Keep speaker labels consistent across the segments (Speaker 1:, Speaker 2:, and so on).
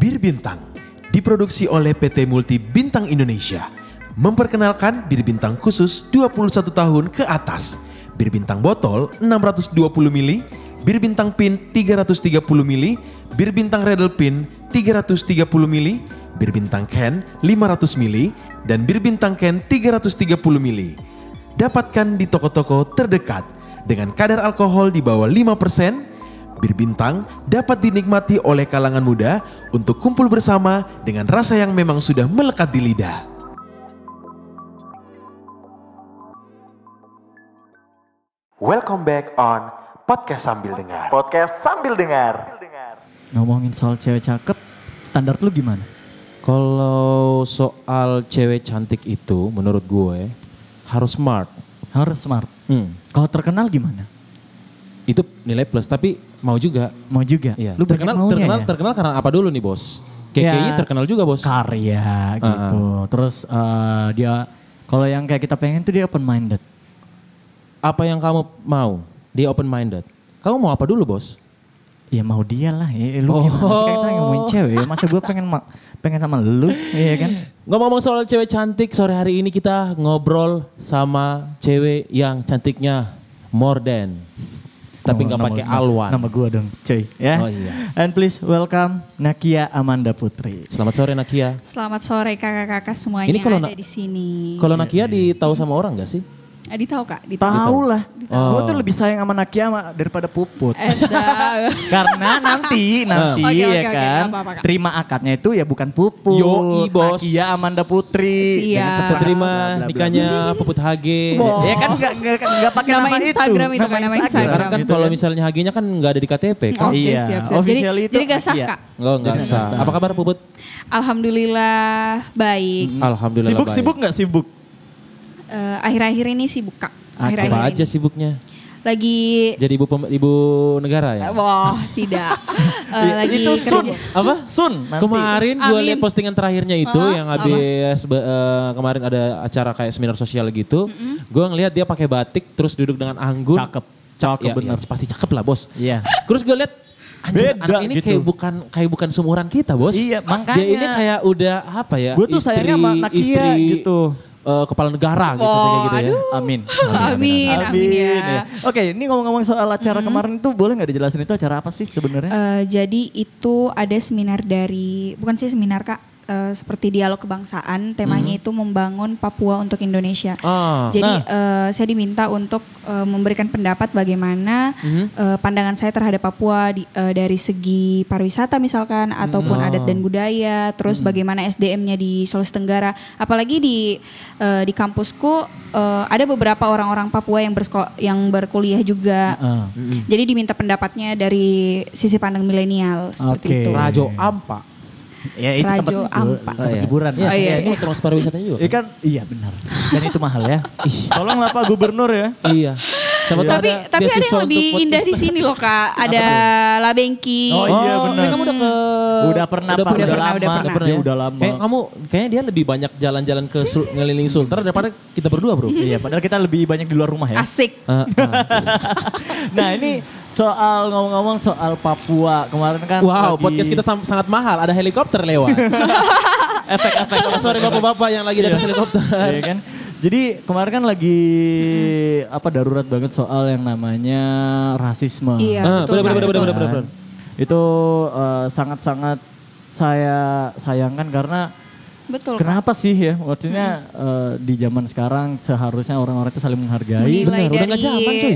Speaker 1: Bir Bintang diproduksi oleh PT Multi Bintang Indonesia. Memperkenalkan bir bintang khusus 21 tahun ke atas. Bir bintang botol 620 ml, bir bintang pin 330 ml, bir bintang Redel pin 330 ml, bir bintang can 500 ml, dan bir bintang can 330 ml dapatkan di toko-toko terdekat dengan kadar alkohol di bawah 5%. Bir bintang dapat dinikmati oleh kalangan muda untuk kumpul bersama dengan rasa yang memang sudah melekat di lidah. Welcome back on podcast sambil dengar.
Speaker 2: Podcast sambil dengar.
Speaker 3: Ngomongin soal cewek cakep, standar lu gimana?
Speaker 1: Kalau soal cewek cantik itu menurut gue harus smart.
Speaker 3: Harus smart. Kalau terkenal gimana?
Speaker 1: Itu nilai plus tapi mau juga.
Speaker 3: Mau juga.
Speaker 1: Iya.
Speaker 3: Lu banyak
Speaker 1: terkenal
Speaker 3: maunya
Speaker 1: terkenal
Speaker 3: ya?
Speaker 1: terkenal karena apa dulu nih, Bos? KKI
Speaker 3: Ya,
Speaker 1: terkenal juga, Bos.
Speaker 3: Karya gitu. Terus eh, dia kalau yang kayak kita pengen tuh dia open minded.
Speaker 1: Apa yang kamu mau? Dia open minded. Kamu mau apa dulu, Bos?
Speaker 3: Ya mau dia lah.
Speaker 1: Oh.
Speaker 3: Ya, lu gimana sih kayak kita ngomongin cewek ya? Masa gue pengen ma- pengen sama lu, iya kan?
Speaker 1: Ngomong-ngomong soal cewek cantik, sore hari ini kita ngobrol sama cewek yang cantiknya more than tapi
Speaker 3: Nama-
Speaker 1: nggak
Speaker 3: nama-
Speaker 1: pakai
Speaker 3: nama-
Speaker 1: alwan.
Speaker 3: Nama gue dong, cuy. Ya.
Speaker 1: Oh, iya.
Speaker 3: And please welcome Nakia Amanda Putri.
Speaker 1: Selamat sore
Speaker 3: Iya.
Speaker 1: Nakia.
Speaker 4: Selamat sore kakak-kakak semuanya
Speaker 1: Ini kalau
Speaker 4: ada
Speaker 1: na-
Speaker 4: di sini.
Speaker 1: Kalau Nakia ditahu sama orang nggak sih?
Speaker 4: Adi tahu kak? Adi
Speaker 3: Tahu lah. Gue tuh lebih sayang sama Nakia sama- daripada Puput.
Speaker 4: Eh, Ada.
Speaker 3: Iya, Karena nanti, nanti
Speaker 4: Oke, oke,
Speaker 3: ya
Speaker 4: oke,
Speaker 3: kan,
Speaker 4: nggak apa-apa, Kak.
Speaker 3: terima akadnya itu ya bukan puput.
Speaker 1: Yoi, Bos.
Speaker 3: Iya Amanda Putri.
Speaker 4: Siap.
Speaker 1: Saya
Speaker 3: Jangan salah, bla, bla,
Speaker 1: terima
Speaker 3: bla,
Speaker 1: nikahnya
Speaker 4: Iya.
Speaker 1: Puput Hage.
Speaker 3: bla. Ya kan nggak nggak nggak pakai
Speaker 4: Nama
Speaker 3: nama,
Speaker 4: Instagram itu, Kak, nama Instagram.
Speaker 1: Karena kan
Speaker 3: Gitu
Speaker 1: kalau misalnya Hagenya kan nggak ada di KTP kan?
Speaker 3: Oh,
Speaker 4: Oke
Speaker 3: Iya,
Speaker 4: siap-siap. Jadi,
Speaker 3: official itu
Speaker 4: jadi gak sah
Speaker 3: iya.
Speaker 4: kak?
Speaker 1: Oh, nggak
Speaker 3: Jadi
Speaker 1: sah.
Speaker 3: nggak sah.
Speaker 1: Apa kabar Puput?
Speaker 4: Alhamdulillah baik.
Speaker 1: Alhamdulillah.
Speaker 3: Hmm. Sibuk
Speaker 1: baik.
Speaker 3: sibuk nggak sibuk? Hmm.
Speaker 4: Eh, Akhir-akhir ini sibuk kak.
Speaker 3: Ah,
Speaker 4: Akhir-akhir
Speaker 1: Apa
Speaker 4: ini.
Speaker 1: aja sibuknya?
Speaker 4: Lagi,
Speaker 1: Jadi ibu pem- ibu negara ya?
Speaker 4: wah tidak. Eh,
Speaker 3: Iya,
Speaker 4: lagi
Speaker 3: itu sun
Speaker 4: kerja.
Speaker 3: apa? Sun nanti.
Speaker 1: Kemarin gue
Speaker 4: Amin.
Speaker 1: lihat postingan terakhirnya itu
Speaker 4: Heeh,
Speaker 1: yang habis be- eh, kemarin ada acara kayak seminar sosial gitu. Gue ngelihat dia pakai batik terus duduk dengan anggun.
Speaker 3: Cakep, Iya, cakep
Speaker 1: Ya,
Speaker 3: bener.
Speaker 1: ya, pasti cakep lah bos.
Speaker 3: Iya.
Speaker 1: Terus gue lihat anjir
Speaker 3: Beda
Speaker 1: anak ini
Speaker 3: gitu.
Speaker 1: kayak bukan kayak bukan seumuran kita bos.
Speaker 3: Iya, makanya.
Speaker 1: Dia ini kayak udah apa ya?
Speaker 3: Gue tuh sayangnya sama Nakia gitu.
Speaker 1: eh, kepala negara gitu kayak gitu ya.
Speaker 3: Amin.
Speaker 4: Amin, amin ya. Mm-hmm.
Speaker 3: ya. Oke, ini ngomong-ngomong soal acara kemarin tuh boleh nggak dijelasin itu acara apa sih sebenarnya?
Speaker 4: Eh, jadi itu ada seminar dari, bukan sih seminar kak, eh, seperti dialog kebangsaan. Temanya itu membangun Papua untuk Indonesia.
Speaker 1: Mhm. Ah,
Speaker 4: Jadi
Speaker 1: nah.
Speaker 4: eh, saya diminta untuk eh, memberikan pendapat bagaimana
Speaker 1: Mhm.
Speaker 4: eh, pandangan saya terhadap Papua di- eh, dari segi pariwisata misalkan ataupun
Speaker 1: Hmm.
Speaker 4: adat dan budaya, terus
Speaker 1: Mhm.
Speaker 4: bagaimana SDM-nya di Sulawesi Tenggara. Apalagi di eh, di kampusku eh, ada beberapa orang-orang Papua yang bersko- yang berkuliah juga.
Speaker 3: Ah.
Speaker 4: Jadi diminta pendapatnya dari sisi pandang milenial seperti
Speaker 3: Oke.
Speaker 4: itu.
Speaker 1: Rajo Ampa.
Speaker 3: Ya itu tempat
Speaker 4: Rajo
Speaker 3: hibu-
Speaker 4: Ampat.
Speaker 3: tempat
Speaker 1: Oh, iya.
Speaker 3: hiburan.
Speaker 1: Iya,
Speaker 4: Oh, iya,
Speaker 1: ini termasuk pariwisatanya juga.
Speaker 3: Iya kan? Iya benar. Dan itu mahal ya. Tolonglah Pak Gubernur ya.
Speaker 1: Iya. Siapa tahu
Speaker 4: Tapi
Speaker 1: ada
Speaker 4: tapi ada
Speaker 1: beasiswa
Speaker 4: yang
Speaker 1: untuk
Speaker 4: lebih indah di
Speaker 1: podcaster.
Speaker 4: sini loh kak. Ada Labengki.
Speaker 3: Oh, iya benar.
Speaker 4: kan
Speaker 1: ini Kamu udah ke
Speaker 3: Udah pernah, Pak.
Speaker 4: Udah pernah, udah
Speaker 1: ya?
Speaker 3: pernah. Dia udah lama.
Speaker 1: Kayak kamu kayaknya dia lebih banyak jalan-jalan ke sul- ngeliling Sulter daripada kita berdua, Bro.
Speaker 3: Iya, padahal kita lebih banyak di luar rumah ya.
Speaker 4: Asik.
Speaker 1: Ah, ah.
Speaker 3: nah ini soal ngomong-ngomong soal Papua kemarin kan.
Speaker 1: wow,
Speaker 3: lagi-
Speaker 1: podcast kita sam- sangat mahal. Ada helikopter lewat.
Speaker 3: efek-efek.
Speaker 1: Sorry bapak-bapak yang lagi di atas helikopter.
Speaker 3: Iya kan? Jadi kemarin kan lagi apa darurat banget soal yang namanya rasisme. kan?
Speaker 4: Iya,
Speaker 1: Ah,
Speaker 4: betul.
Speaker 1: bener,
Speaker 4: Kak,
Speaker 1: bener,
Speaker 4: betul.
Speaker 1: bener, bener, bener.
Speaker 3: Itu eh, sangat-sangat saya sayangkan karena
Speaker 4: Betul. Kak.
Speaker 3: Kenapa sih ya? Maksudnya eh, di zaman sekarang seharusnya orang-orang itu saling menghargai.
Speaker 1: bener,
Speaker 4: Menilai
Speaker 1: udah nggak
Speaker 4: dari
Speaker 1: zaman, cuy.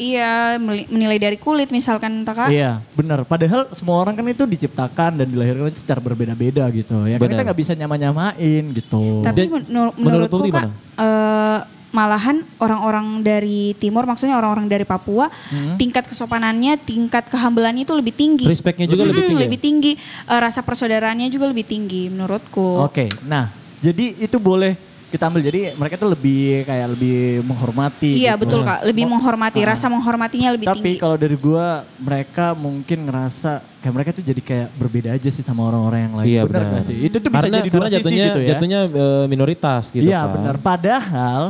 Speaker 4: Iya, meli- menilai dari kulit misalkan entah kak.
Speaker 3: Iya, benar. Padahal semua orang kan itu diciptakan dan dilahirkan itu secara berbeda-beda gitu. Ya kan
Speaker 1: Benar.
Speaker 3: kita nggak bisa nyama-nyamain gitu.
Speaker 4: Tapi
Speaker 1: Dan
Speaker 4: menur-
Speaker 1: menurut
Speaker 4: menurutku
Speaker 1: lu gimana?
Speaker 4: kak, eh, malahan orang-orang dari timur, maksudnya orang-orang dari Papua,
Speaker 1: Mm-hmm.
Speaker 4: tingkat kesopanannya, tingkat kehambelannya itu lebih tinggi.
Speaker 1: Respectnya juga lebih tinggi
Speaker 3: Hmm,
Speaker 4: Mm-mm,
Speaker 1: ya?
Speaker 4: Hmm, Lebih tinggi, Eh, rasa persaudaraannya juga lebih tinggi
Speaker 5: Oh,
Speaker 4: menurutku.
Speaker 3: Oke, nah jadi itu boleh kita ambil. Jadi mereka tuh lebih kayak lebih menghormati.
Speaker 4: Iya
Speaker 3: gitu.
Speaker 4: betul kak,
Speaker 5: Oh.
Speaker 4: lebih menghormati,
Speaker 5: Ah.
Speaker 4: rasa menghormatinya lebih
Speaker 3: Tapi
Speaker 4: tinggi.
Speaker 3: kalau dari gua mereka mungkin ngerasa kayak mereka tuh jadi kayak berbeda aja sih sama orang-orang yang lain.
Speaker 1: Iya,
Speaker 3: Benar
Speaker 1: benar.
Speaker 3: nggak sih? Itu tuh bisa
Speaker 1: karena
Speaker 3: jadi dua
Speaker 1: karena
Speaker 3: sisi
Speaker 1: jatuhnya
Speaker 3: gitu ya.
Speaker 1: jatuhnya eh, minoritas gitu
Speaker 3: Iya
Speaker 1: kan.
Speaker 3: benar. Padahal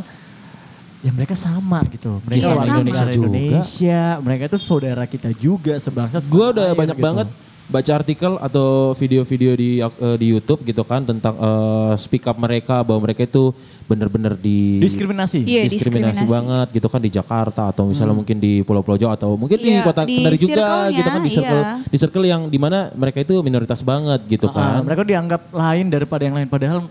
Speaker 3: ya mereka sama gitu. Mereka
Speaker 4: Iya,
Speaker 3: warga
Speaker 4: sama.
Speaker 3: negara
Speaker 1: Indonesia juga.
Speaker 3: Indonesia, mereka tuh saudara kita juga sebangsa.
Speaker 1: Gue
Speaker 3: sama
Speaker 1: udah
Speaker 3: air
Speaker 1: banyak
Speaker 3: gitu.
Speaker 1: banget
Speaker 5: baca artikel atau video-video di eh, di YouTube gitu kan tentang eh, speak up mereka bahwa mereka itu benar-benar di
Speaker 3: Diskriminasi. Hmm.
Speaker 4: Iya,
Speaker 5: diskriminasi,
Speaker 4: diskriminasi.
Speaker 5: banget gitu kan di Jakarta atau misalnya mungkin di Pulau-Pulau Jawa atau mungkin di
Speaker 4: Iya,
Speaker 5: kota
Speaker 4: di
Speaker 5: Kendari juga
Speaker 4: circle-nya,
Speaker 5: gitu kan di circle
Speaker 4: iya.
Speaker 5: di circle yang dimana mereka itu minoritas banget gitu
Speaker 3: Ah,
Speaker 5: kan.
Speaker 3: mereka dianggap lain daripada yang lain padahal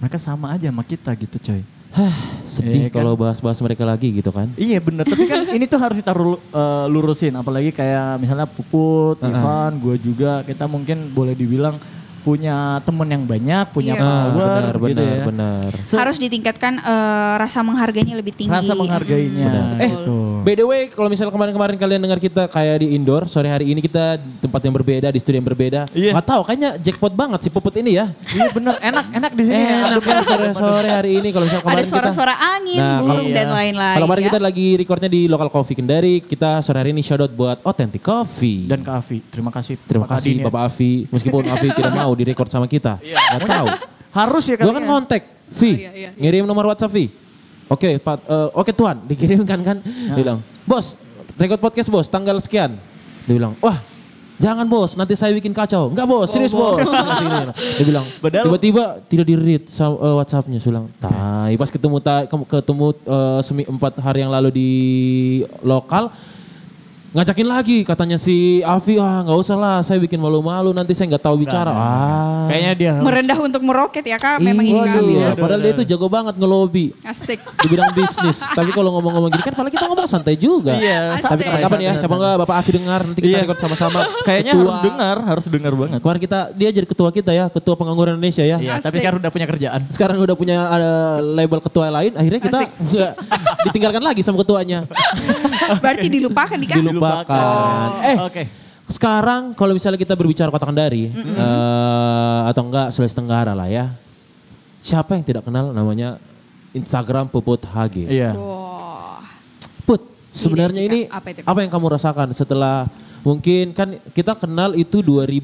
Speaker 3: mereka sama aja sama kita gitu coy.
Speaker 5: Hah,
Speaker 3: Iya
Speaker 5: sedih
Speaker 3: kan?
Speaker 5: kalau bahas-bahas mereka lagi gitu kan.
Speaker 3: Iya bener, tapi kan ini tuh harus kita rul- eh, lurusin. Apalagi kayak misalnya Puput, Ivan, gue juga. Kita mungkin boleh dibilang punya temen yang banyak, punya
Speaker 4: Iya.
Speaker 5: Ah,
Speaker 3: power
Speaker 5: benar
Speaker 3: gitu
Speaker 5: benar
Speaker 3: ya.
Speaker 5: benar.
Speaker 3: Se-
Speaker 4: harus ditingkatkan eh, rasa menghargainya lebih tinggi.
Speaker 3: Rasa menghargainya
Speaker 5: Eh,
Speaker 3: gitu.
Speaker 5: by the way, kalau misalnya kemarin-kemarin kalian dengar kita kayak di indoor, sore hari ini kita di tempat yang berbeda, di studio yang berbeda.
Speaker 3: Iya.
Speaker 5: Nggak tahu, kayaknya jackpot banget si puput ini ya.
Speaker 3: Iya bener, enak enak di sini.
Speaker 5: Eh,
Speaker 3: ya.
Speaker 5: enak kan sore-sore hari ini kalau misalnya
Speaker 4: Ada
Speaker 5: kemarin kita...
Speaker 4: suara-suara angin,
Speaker 5: Nah,
Speaker 4: burung
Speaker 3: kalau-
Speaker 4: dan
Speaker 3: iya.
Speaker 4: lain-lain.
Speaker 5: Kalau kemarin
Speaker 4: ya.
Speaker 5: kita lagi recordnya di Local Coffee Kendari, kita sore hari ini shoutout buat Authentic Coffee.
Speaker 3: Dan Kak Afi, terima kasih.
Speaker 5: Terima
Speaker 3: Pak
Speaker 5: kasih
Speaker 3: Kadin ya.
Speaker 5: Bapak Afi, meskipun Afi tidak mau direcord sama kita. Gak tahu.
Speaker 3: Harus ya
Speaker 5: Gue
Speaker 3: kalian.
Speaker 5: kan kontak, Vi, ngirim nomor WhatsApp Vi. Oke, Pak, eh, oke Tuhan, dikirimkan kan. Dia bilang, bos, record podcast bos, tanggal sekian. Dia bilang, wah, jangan bos, nanti saya bikin kacau. Enggak bos, serius bos. Dia bilang,
Speaker 3: Padahal-
Speaker 5: tiba-tiba tidak di read sama, eh, WhatsApp-nya. Saya bilang, tai, pas ketemu ta- kem- ketemu eh, semi empat hari yang lalu di lokal, ngajakin lagi katanya si Afi ah nggak usah lah saya bikin malu-malu nanti saya nggak tahu bicara ah
Speaker 3: Kayaknya dia harus.
Speaker 4: merendah untuk meroket ya kak, memang ini
Speaker 5: Waduh, Iya,
Speaker 4: kami.
Speaker 5: Padahal dia tuh jago banget ngelobi
Speaker 4: Asik.
Speaker 5: di bidang bisnis. Tapi kalau ngomong-ngomong gini kan padahal kita ngomong santai juga.
Speaker 3: Iya, santai.
Speaker 5: Tapi kapan-kapan ya, siapa enggak Bapak Afi dengar nanti kita
Speaker 3: Iya.
Speaker 5: record sama-sama.
Speaker 3: Kayaknya
Speaker 5: Ketua.
Speaker 3: harus dengar, harus dengar banget.
Speaker 5: Kemarin kita dia jadi ketua kita ya, ketua pengangguran Indonesia ya.
Speaker 3: Iya, tapi
Speaker 4: Asik.
Speaker 3: kan udah punya kerjaan.
Speaker 5: Sekarang udah punya ada label ketua lain, akhirnya kita nggak ditinggalkan lagi sama ketuanya.
Speaker 4: Berarti dilupakan di kak.
Speaker 5: Dilupakan. Eh,
Speaker 3: Oh. Oke.
Speaker 5: sekarang kalau misalnya kita berbicara Kota Kendari eh, atau enggak Sulawesi Tenggara lah ya. Siapa yang tidak kenal namanya Instagram Puput HG?
Speaker 3: Iya.
Speaker 4: Wah.
Speaker 5: Put, sebenarnya
Speaker 4: Cika.
Speaker 5: ini
Speaker 4: Apa itu?
Speaker 5: apa yang kamu rasakan setelah mungkin kan kita kenal itu 2000,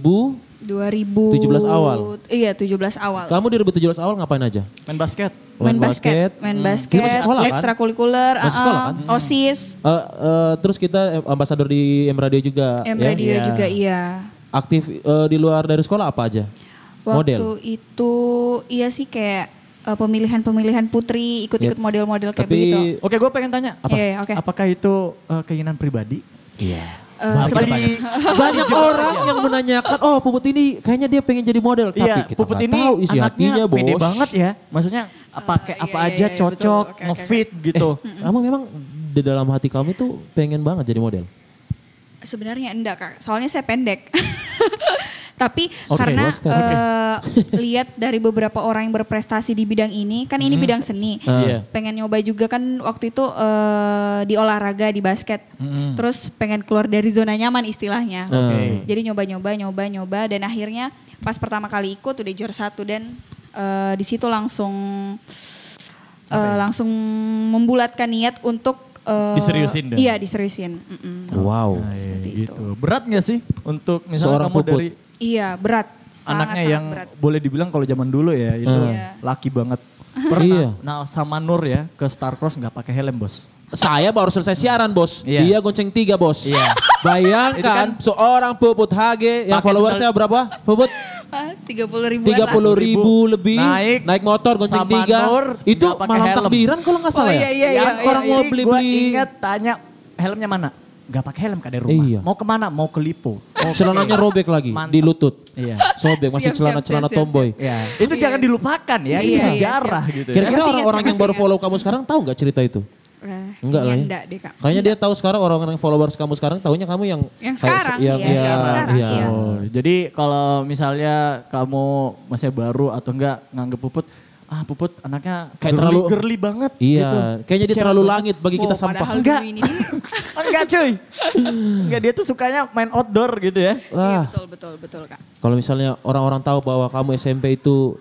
Speaker 4: 2017
Speaker 5: awal.
Speaker 4: Iya, 17 awal.
Speaker 5: kamu di 2017 awal ngapain aja?
Speaker 3: Main basket.
Speaker 4: main basket, main
Speaker 5: Hmm. Kita
Speaker 4: basket,
Speaker 5: masih sekolah kan?
Speaker 4: ekstrakurikuler,
Speaker 5: Masih sekolah kan?
Speaker 4: uh-uh, OSIS,
Speaker 5: Eh, eh, terus kita ambasador di M Radio juga
Speaker 4: M
Speaker 5: ya?
Speaker 4: Radio
Speaker 3: Iya.
Speaker 4: juga iya.
Speaker 5: Aktif eh, di luar dari sekolah apa aja?
Speaker 4: Waktu
Speaker 5: Model.
Speaker 4: itu iya sih kayak uh, pemilihan-pemilihan putri ikut-ikut model-model
Speaker 5: Tapi
Speaker 4: kayak begitu.
Speaker 3: Oke, gue pengen tanya.
Speaker 4: Apa? Iya, iya, oke.
Speaker 3: Apakah itu eh, keinginan pribadi?
Speaker 5: Iya.
Speaker 4: Eh,
Speaker 5: Banyak
Speaker 4: seperti-
Speaker 5: banyak. Banyak orang yang menanyakan, oh Puput ini kayaknya dia pengen jadi model, tapi
Speaker 3: Iya,
Speaker 5: kita
Speaker 3: Puput
Speaker 5: nggak
Speaker 3: ini
Speaker 5: tahu isi
Speaker 3: anaknya
Speaker 5: hatinya, Bos. Iya,
Speaker 3: pede banget ya. Maksudnya pakai
Speaker 4: iya,
Speaker 3: apa
Speaker 4: iya,
Speaker 3: aja
Speaker 4: iya, betul.
Speaker 3: cocok,
Speaker 4: Oke, oke,
Speaker 3: ngefit gitu.
Speaker 5: Kamu memang di dalam hati kamu itu pengen banget jadi model.
Speaker 4: Sebenarnya enggak kak, soalnya saya pendek. Tapi
Speaker 5: Oke,
Speaker 4: karena
Speaker 5: roster,
Speaker 4: eh,
Speaker 5: oke.
Speaker 4: lihat dari beberapa orang yang berprestasi di bidang ini, kan
Speaker 5: Hmm.
Speaker 4: ini bidang seni.
Speaker 5: Ah.
Speaker 3: Iya.
Speaker 4: Pengen nyoba juga kan waktu itu eh, di olahraga di basket.
Speaker 5: Hmm.
Speaker 4: Terus pengen keluar dari zona nyaman istilahnya.
Speaker 5: Ah. Nah,
Speaker 4: Jadi nyoba-nyoba, nyoba-nyoba dan akhirnya pas pertama kali ikut udah juara satu dan eh, di situ langsung eh, langsung membulatkan niat untuk eh,
Speaker 3: Diseriusin dah.
Speaker 4: Iya, diseriusin. Mm-mm.
Speaker 5: Wow.
Speaker 3: Nah, iya,
Speaker 4: Seperti
Speaker 3: gitu. Berat gak sih untuk misalnya
Speaker 5: Seorang
Speaker 3: kamu
Speaker 5: Puput.
Speaker 3: dari
Speaker 4: Iya, berat. Sangat,
Speaker 3: anaknya
Speaker 4: sangat
Speaker 3: yang
Speaker 4: berat.
Speaker 3: boleh dibilang kalau zaman dulu ya itu
Speaker 4: Iya.
Speaker 3: laki banget. Pernah
Speaker 5: Iya.
Speaker 3: nah sama Nur ya ke Star Cross nggak pakai helm bos.
Speaker 5: Saya baru selesai siaran bos.
Speaker 3: Iya.
Speaker 5: Dia gonceng tiga bos.
Speaker 3: Iya. Itu kan-
Speaker 5: Bayangkan seorang Puput HG yang
Speaker 3: Pakai
Speaker 5: followersnya berapa? Puput
Speaker 4: Ah, Tiga puluh ribuan
Speaker 5: tiga
Speaker 4: lah.
Speaker 5: puluh ribu lebih
Speaker 3: Naik.
Speaker 5: naik, motor gonceng
Speaker 3: Sama
Speaker 5: tiga.
Speaker 3: Nur,
Speaker 5: Itu
Speaker 3: nggak pakai
Speaker 5: malam
Speaker 3: helm.
Speaker 5: takbiran kalau nggak salah
Speaker 4: Oh,
Speaker 5: ya.
Speaker 4: iya, iya, iya,
Speaker 5: Yang
Speaker 4: iya,
Speaker 5: orang mau beli beli.
Speaker 3: Gue ingat tanya helmnya mana? Gak pakai helm kan dari rumah.
Speaker 5: Iya.
Speaker 3: Mau kemana? Mau ke Lipo. Oke.
Speaker 5: Oh, Celananya robek
Speaker 3: Iya.
Speaker 5: lagi
Speaker 3: Mantap.
Speaker 5: di lutut.
Speaker 3: Oh. Iya.
Speaker 5: Sobek masih
Speaker 4: Siap, siap,
Speaker 5: celana celana
Speaker 4: siap, siap,
Speaker 5: tomboy.
Speaker 3: Iya. Itu jangan dilupakan ya. Itu
Speaker 4: Iya, iya,
Speaker 3: sejarah gitu. ya.
Speaker 5: Kira-kira
Speaker 4: Masih ingat,
Speaker 5: orang-orang yang
Speaker 4: masih
Speaker 5: baru
Speaker 4: ingat.
Speaker 5: follow kamu sekarang tahu nggak cerita itu?
Speaker 4: Eh,
Speaker 5: Enggak lah ya.
Speaker 4: Enggak deh kak.
Speaker 5: Kayaknya dia tahu sekarang orang-orang followers kamu sekarang tahunya kamu yang
Speaker 4: Yang sekarang,
Speaker 5: yang,
Speaker 4: iya, yang sekarang,
Speaker 5: iya.
Speaker 4: iya.
Speaker 3: Oh, jadi kalau misalnya kamu masih baru atau enggak nganggep Puput, ah Puput anaknya girly-
Speaker 5: Kayak terlalu-
Speaker 3: girly banget
Speaker 5: Iya,
Speaker 3: gitu.
Speaker 5: kayaknya dia
Speaker 3: Cewek
Speaker 5: terlalu
Speaker 3: banget.
Speaker 5: langit bagi kita
Speaker 4: Oh,
Speaker 5: sampah.
Speaker 4: padahal
Speaker 3: Enggak.
Speaker 4: dulu ini.
Speaker 3: Enggak cuy. Enggak dia tuh sukanya main outdoor gitu ya.
Speaker 5: Wah,
Speaker 4: Iya, betul betul betul kak.
Speaker 5: kalau misalnya orang-orang tahu bahwa kamu SMP itu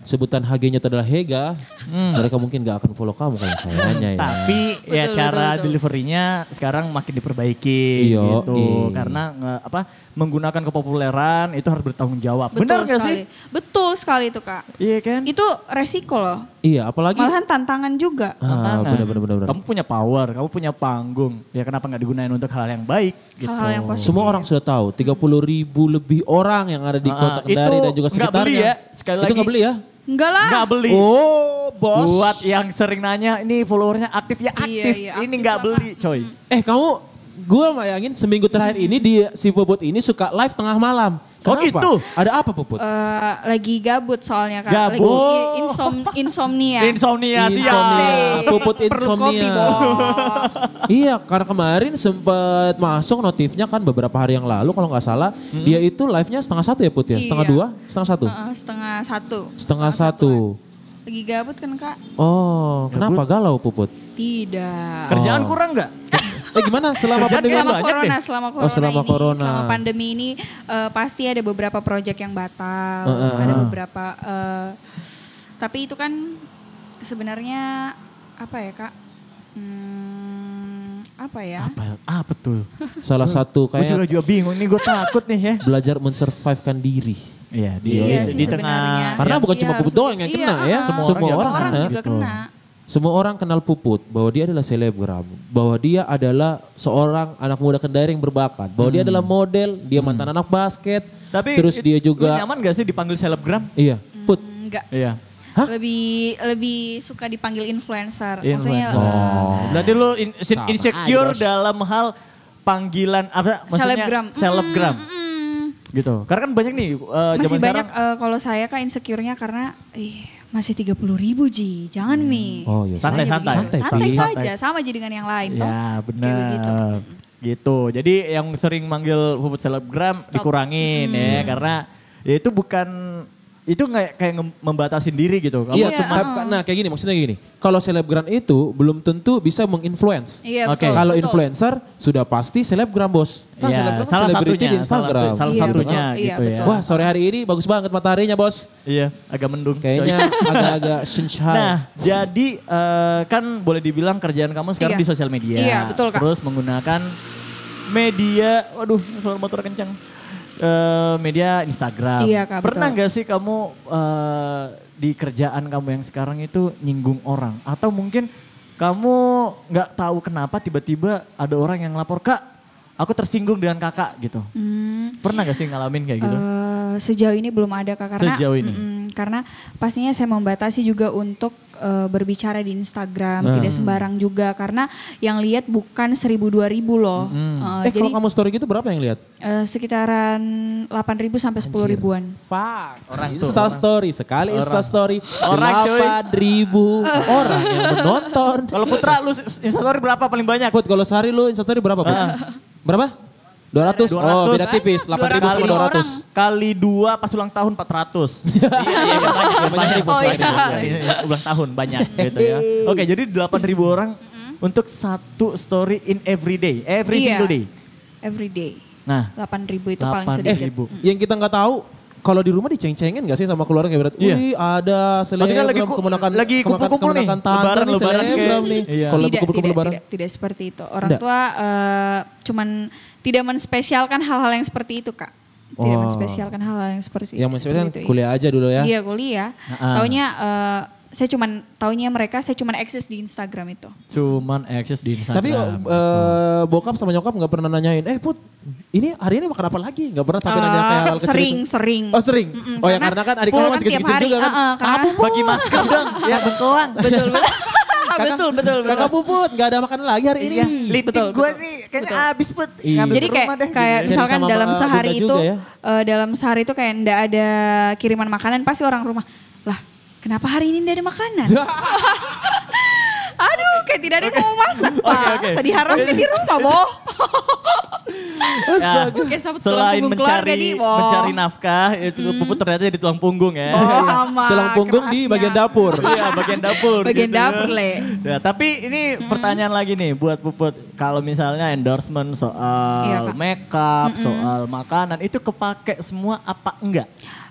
Speaker 5: sebutan HG-nya adalah Hega,
Speaker 3: Hmm.
Speaker 5: mereka mungkin nggak akan follow kamu kayak kayaknya ya.
Speaker 3: Tapi ya
Speaker 4: Betul,
Speaker 3: cara
Speaker 4: betul, betul.
Speaker 3: deliverynya sekarang makin diperbaiki
Speaker 5: Iya,
Speaker 3: gitu.
Speaker 5: iya.
Speaker 3: Karena nge- apa menggunakan kepopuleran itu harus bertanggung jawab. Benar
Speaker 4: Betul
Speaker 3: nggak
Speaker 4: sekali.
Speaker 3: sih?
Speaker 4: Betul sekali itu kak.
Speaker 3: Iya kan?
Speaker 4: Itu resiko loh.
Speaker 5: Iya, apalagi
Speaker 4: Malahan tantangan juga.
Speaker 5: ah, benar benar benar. benar.
Speaker 3: Kamu punya power, kamu punya panggung. Ya kenapa nggak digunain untuk hal yang baik gitu.
Speaker 4: Hal-hal yang positif.
Speaker 5: Semua orang sudah tahu 30 ribu lebih orang yang ada di
Speaker 3: Ah,
Speaker 5: kota
Speaker 3: itu
Speaker 5: Kendari dan juga
Speaker 3: nggak
Speaker 5: sekitarnya.
Speaker 3: beli ya, sekali
Speaker 5: Itu
Speaker 3: lagi.
Speaker 5: nggak beli ya?
Speaker 4: Enggak lah.
Speaker 3: Nggak beli.
Speaker 5: Oh, bos.
Speaker 3: Buat yang sering nanya, ini followernya aktif ya
Speaker 4: Iya,
Speaker 3: aktif.
Speaker 4: iya,
Speaker 3: ini
Speaker 4: aktif
Speaker 3: nggak
Speaker 4: lah,
Speaker 3: beli coy.
Speaker 5: Eh kamu, gue bayangin seminggu terakhir ini di si Puput ini suka live tengah malam.
Speaker 3: Oh,
Speaker 5: Kenapa?
Speaker 3: gitu?
Speaker 5: Ada apa Puput?
Speaker 4: Eh, lagi gabut soalnya kan.
Speaker 3: Gabut.
Speaker 4: Lagi insom- insomnia.
Speaker 3: Insomnia,
Speaker 5: Insomnia.
Speaker 3: siap.
Speaker 4: Stay.
Speaker 5: ah, Puput
Speaker 4: Perlu kopi,
Speaker 5: insomnia.
Speaker 4: Bob.
Speaker 5: iya, karena kemarin sempat masuk notifnya kan beberapa hari yang lalu kalau nggak salah
Speaker 3: Hmm.
Speaker 5: dia itu live-nya setengah satu ya Put ya, setengah
Speaker 4: Iya.
Speaker 5: dua, setengah satu,
Speaker 4: Heeh, setengah satu.
Speaker 5: setengah satu.
Speaker 4: satuan. Lagi gabut kan kak?
Speaker 5: Oh,
Speaker 3: Ya,
Speaker 5: kenapa galau Puput?
Speaker 4: Tidak.
Speaker 3: Kerjaan kurang nggak?
Speaker 5: Eh gimana selama
Speaker 3: Kerjaan
Speaker 5: pandemi?
Speaker 4: selama
Speaker 3: banyak
Speaker 4: corona,
Speaker 3: deh.
Speaker 4: selama
Speaker 5: Oh,
Speaker 4: corona
Speaker 5: selama
Speaker 4: ini,
Speaker 5: corona.
Speaker 4: selama pandemi ini eh, pasti ada beberapa proyek yang batal,
Speaker 5: Heeh.
Speaker 4: ada beberapa. eh, tapi itu kan sebenarnya apa ya kak? Hmm, apa ya?
Speaker 3: Apa? Ah betul.
Speaker 5: Salah satu
Speaker 3: Gue Hmm. juga
Speaker 5: Oh. kayak
Speaker 3: juga bingung nih, gue takut nih ya.
Speaker 5: belajar mensurvivekan diri.
Speaker 3: Iya, di,
Speaker 5: Iya
Speaker 3: di,
Speaker 4: sih
Speaker 3: di
Speaker 4: sebenarnya.
Speaker 3: tengah.
Speaker 5: Karena bukan
Speaker 4: Iya,
Speaker 5: cuma Puput
Speaker 4: harus-
Speaker 5: doang yang
Speaker 4: iya,
Speaker 5: kena ya,
Speaker 4: uh-uh.
Speaker 5: semua,
Speaker 3: Semua
Speaker 5: orang,
Speaker 4: orang
Speaker 5: kena.
Speaker 4: juga
Speaker 3: gitu.
Speaker 4: kena.
Speaker 5: Semua orang kenal Puput bahwa dia adalah selebgram, bahwa dia adalah seorang anak muda Kendari yang berbakat, bahwa dia adalah model, dia mantan anak basket,
Speaker 3: Hmm. Tapi
Speaker 5: terus
Speaker 3: it-
Speaker 5: dia
Speaker 3: lu
Speaker 5: juga
Speaker 3: nyaman gak sih dipanggil selebgram?
Speaker 5: iya, Put.
Speaker 4: Enggak.
Speaker 3: Iya.
Speaker 4: Hmm, Lebih lebih suka dipanggil influencer. Maksudnya
Speaker 3: Influencer.
Speaker 4: eh,
Speaker 3: Berarti Oh. lu in- sin-
Speaker 5: Oh. Sama
Speaker 3: insecure
Speaker 5: aja, Bos.
Speaker 3: dalam hal panggilan apa maksudnya
Speaker 4: Selebgram.
Speaker 3: selebgram
Speaker 4: mm,
Speaker 3: gitu. Karena kan banyak nih eh, zaman
Speaker 4: masih
Speaker 3: sekarang
Speaker 4: banyak eh, kalau saya kak insecure-nya karena ih, masih 30 ribu Ji, jangan Mi.
Speaker 5: Oh iya.
Speaker 3: Santai, santai.
Speaker 4: Saya begitu.
Speaker 5: Santai,
Speaker 4: Santai,
Speaker 5: Pi.
Speaker 4: saja, sama aja dengan yang lain. toh.
Speaker 3: Ya
Speaker 4: Kayak
Speaker 3: benar.
Speaker 4: begitu.
Speaker 3: Gitu. Jadi yang sering manggil Puput selebgram dikurangin ya karena ya itu bukan itu nggak kayak nge- membatasi diri gitu. Kamu
Speaker 5: Iya,
Speaker 4: Iya,
Speaker 5: cuma nah kayak gini maksudnya gini. Kalau selebgram itu belum tentu bisa menginfluence.
Speaker 4: Iya
Speaker 3: Oke.
Speaker 4: betul.
Speaker 5: Kalau
Speaker 4: betul.
Speaker 5: influencer sudah pasti selebgram, Bos. Kan
Speaker 3: Iya,
Speaker 5: selebgram kan
Speaker 3: salah
Speaker 5: selebriti
Speaker 3: satunya,
Speaker 5: di Instagram.
Speaker 3: salah- salah
Speaker 4: Iya,
Speaker 3: satunya
Speaker 4: betul. Iya,
Speaker 3: gitu ya.
Speaker 4: betul.
Speaker 5: Wah, sore hari ini bagus banget mataharinya, Bos.
Speaker 3: Iya, agak mendung.
Speaker 5: Kayaknya agak-agak sunshine.
Speaker 3: Nah, jadi eh, kan boleh dibilang kerjaan kamu sekarang
Speaker 4: Iya.
Speaker 3: di sosial media.
Speaker 4: Iya, betul, Kak.
Speaker 3: Terus menggunakan media, waduh suara motor kencang. Eh, media Instagram.
Speaker 4: Iya, Kak,
Speaker 3: Pernah
Speaker 4: betul.
Speaker 3: nggak sih kamu eh, di kerjaan kamu yang sekarang itu nyinggung orang? Atau mungkin kamu nggak tahu kenapa tiba-tiba ada orang yang lapor, Kak, aku tersinggung dengan kakak gitu.
Speaker 4: Hmm,
Speaker 3: Pernah nggak sih ngalamin kayak gitu?
Speaker 4: eh, sejauh ini belum ada kak karena
Speaker 3: Sejauh ini.
Speaker 4: Mm-mm, karena pastinya saya membatasi juga untuk eh, berbicara di Instagram tidak sembarang juga karena yang lihat bukan seribu dua ribu loh Eh,
Speaker 5: eh,
Speaker 4: jadi
Speaker 5: kalau kamu story gitu berapa yang lihat?
Speaker 4: eh, sekitaran 8.000 ribu sampai sepuluh ribuan
Speaker 5: Fuck. Orang
Speaker 3: tuh,
Speaker 5: Insta story sekali Insta story
Speaker 3: Orang, cuy.
Speaker 5: 8000 orang yang menonton.
Speaker 3: Kalau Putra lu instastory berapa paling banyak?
Speaker 5: Put kalau sehari lu Insta story berapa, Put? Berapa? 200.
Speaker 3: 200.
Speaker 5: Oh, beda
Speaker 4: Eh,
Speaker 5: tipis. 8000 sama
Speaker 4: Kali orang.
Speaker 5: 200.
Speaker 3: kali dua pas ulang tahun 400. iya, iya, iya, banyak, banyak,
Speaker 5: banyak,
Speaker 4: Oh, iya.
Speaker 3: banyak, iya, iya, ulang tahun banyak gitu ya. Oke, jadi 8000 orang untuk satu story in every day, every
Speaker 4: Iya.
Speaker 3: single day.
Speaker 4: every day
Speaker 3: Nah,
Speaker 4: 8.000 ribu itu paling
Speaker 3: 8.000.
Speaker 5: Eh,
Speaker 4: sedikit
Speaker 5: yang kita nggak tahu kalau di rumah diceng-cengin gak sih sama keluarga kayak berat?
Speaker 3: Iya.
Speaker 5: Wih
Speaker 3: kan
Speaker 5: ada selebgram
Speaker 3: lagi ku-
Speaker 5: kemenakan
Speaker 3: lagi kumpul-kumpul nih,
Speaker 5: kemenakan tante
Speaker 3: lebaran-
Speaker 5: nih
Speaker 3: lebaran
Speaker 5: selebgram
Speaker 3: kayak-
Speaker 5: nih.
Speaker 3: Iya.
Speaker 5: Kalau lagi
Speaker 4: tidak,
Speaker 5: kumpul-kumpul
Speaker 4: tidak,
Speaker 5: lebaran.
Speaker 4: tidak, tidak seperti itu. Orang
Speaker 5: Tidak.
Speaker 4: tua eh, cuman tidak menspesialkan hal-hal yang seperti itu, Kak. Tidak
Speaker 5: Oh.
Speaker 4: menspesialkan hal-hal yang seperti
Speaker 5: Yang
Speaker 4: seperti
Speaker 5: maksudnya
Speaker 4: itu, iya.
Speaker 5: kuliah aja dulu ya.
Speaker 4: Iya, kuliah.
Speaker 3: Ah.
Speaker 4: Taunya eh, saya cuman taunya mereka saya cuman eksis di Instagram itu.
Speaker 3: cuman akses di Instagram.
Speaker 5: Tapi eh, bokap sama nyokap nggak pernah nanyain, eh put, ini hari ini makan apa lagi? Nggak pernah sampai nanya kayak hal kecil.
Speaker 4: Ah, sering,
Speaker 5: itu.
Speaker 4: sering.
Speaker 5: Oh sering.
Speaker 4: Mm-mm,
Speaker 5: oh ya karena kan adik
Speaker 4: karena
Speaker 5: kamu masih
Speaker 4: tiap
Speaker 5: kecil
Speaker 4: hari,
Speaker 5: juga kan.
Speaker 4: eh, eh, karena-
Speaker 5: Apa
Speaker 3: bagi masker dong, ya bengkoang.
Speaker 4: Betul, betul. betul, betul, betul. Iya.
Speaker 5: Kakak puput, nggak ada makan lagi hari ini.
Speaker 3: Lipit gue nih kayaknya habis put. Ngambil
Speaker 4: Jadi
Speaker 3: ke
Speaker 4: kayak
Speaker 3: rumah deh,
Speaker 4: kayak
Speaker 5: Sharing
Speaker 4: misalkan
Speaker 5: Iya. sama
Speaker 4: dalam
Speaker 5: Bunda
Speaker 4: sehari
Speaker 5: juga
Speaker 4: itu
Speaker 5: ya.
Speaker 4: eh, dalam sehari itu kayak ndak ada kiriman makanan pasti orang rumah. Lah, kenapa hari ini ndak ada makanan?
Speaker 5: Iya,
Speaker 4: Aduh, kayak tidak ada yang mau masak, Pak.
Speaker 3: Oke, oke.
Speaker 4: Sedih harapnya di rumah, Bo. Eh,
Speaker 3: Ya,
Speaker 4: Oke, sahabat tulang
Speaker 3: selain
Speaker 4: punggung keluarga
Speaker 3: mencari
Speaker 4: nih, Bo.
Speaker 3: mencari nafkah, itu puput ternyata jadi tulang punggung ya.
Speaker 4: Oh,
Speaker 5: Tulang punggung di bagian dapur.
Speaker 3: Iya bagian dapur. gitu
Speaker 4: Bagian dapur, Le.
Speaker 3: Ya, tapi ini pertanyaan lagi nih buat Puput. Kalau misalnya endorsement
Speaker 4: Iya,
Speaker 3: soal
Speaker 4: Kak.
Speaker 3: makeup, soal makanan itu kepake semua apa enggak?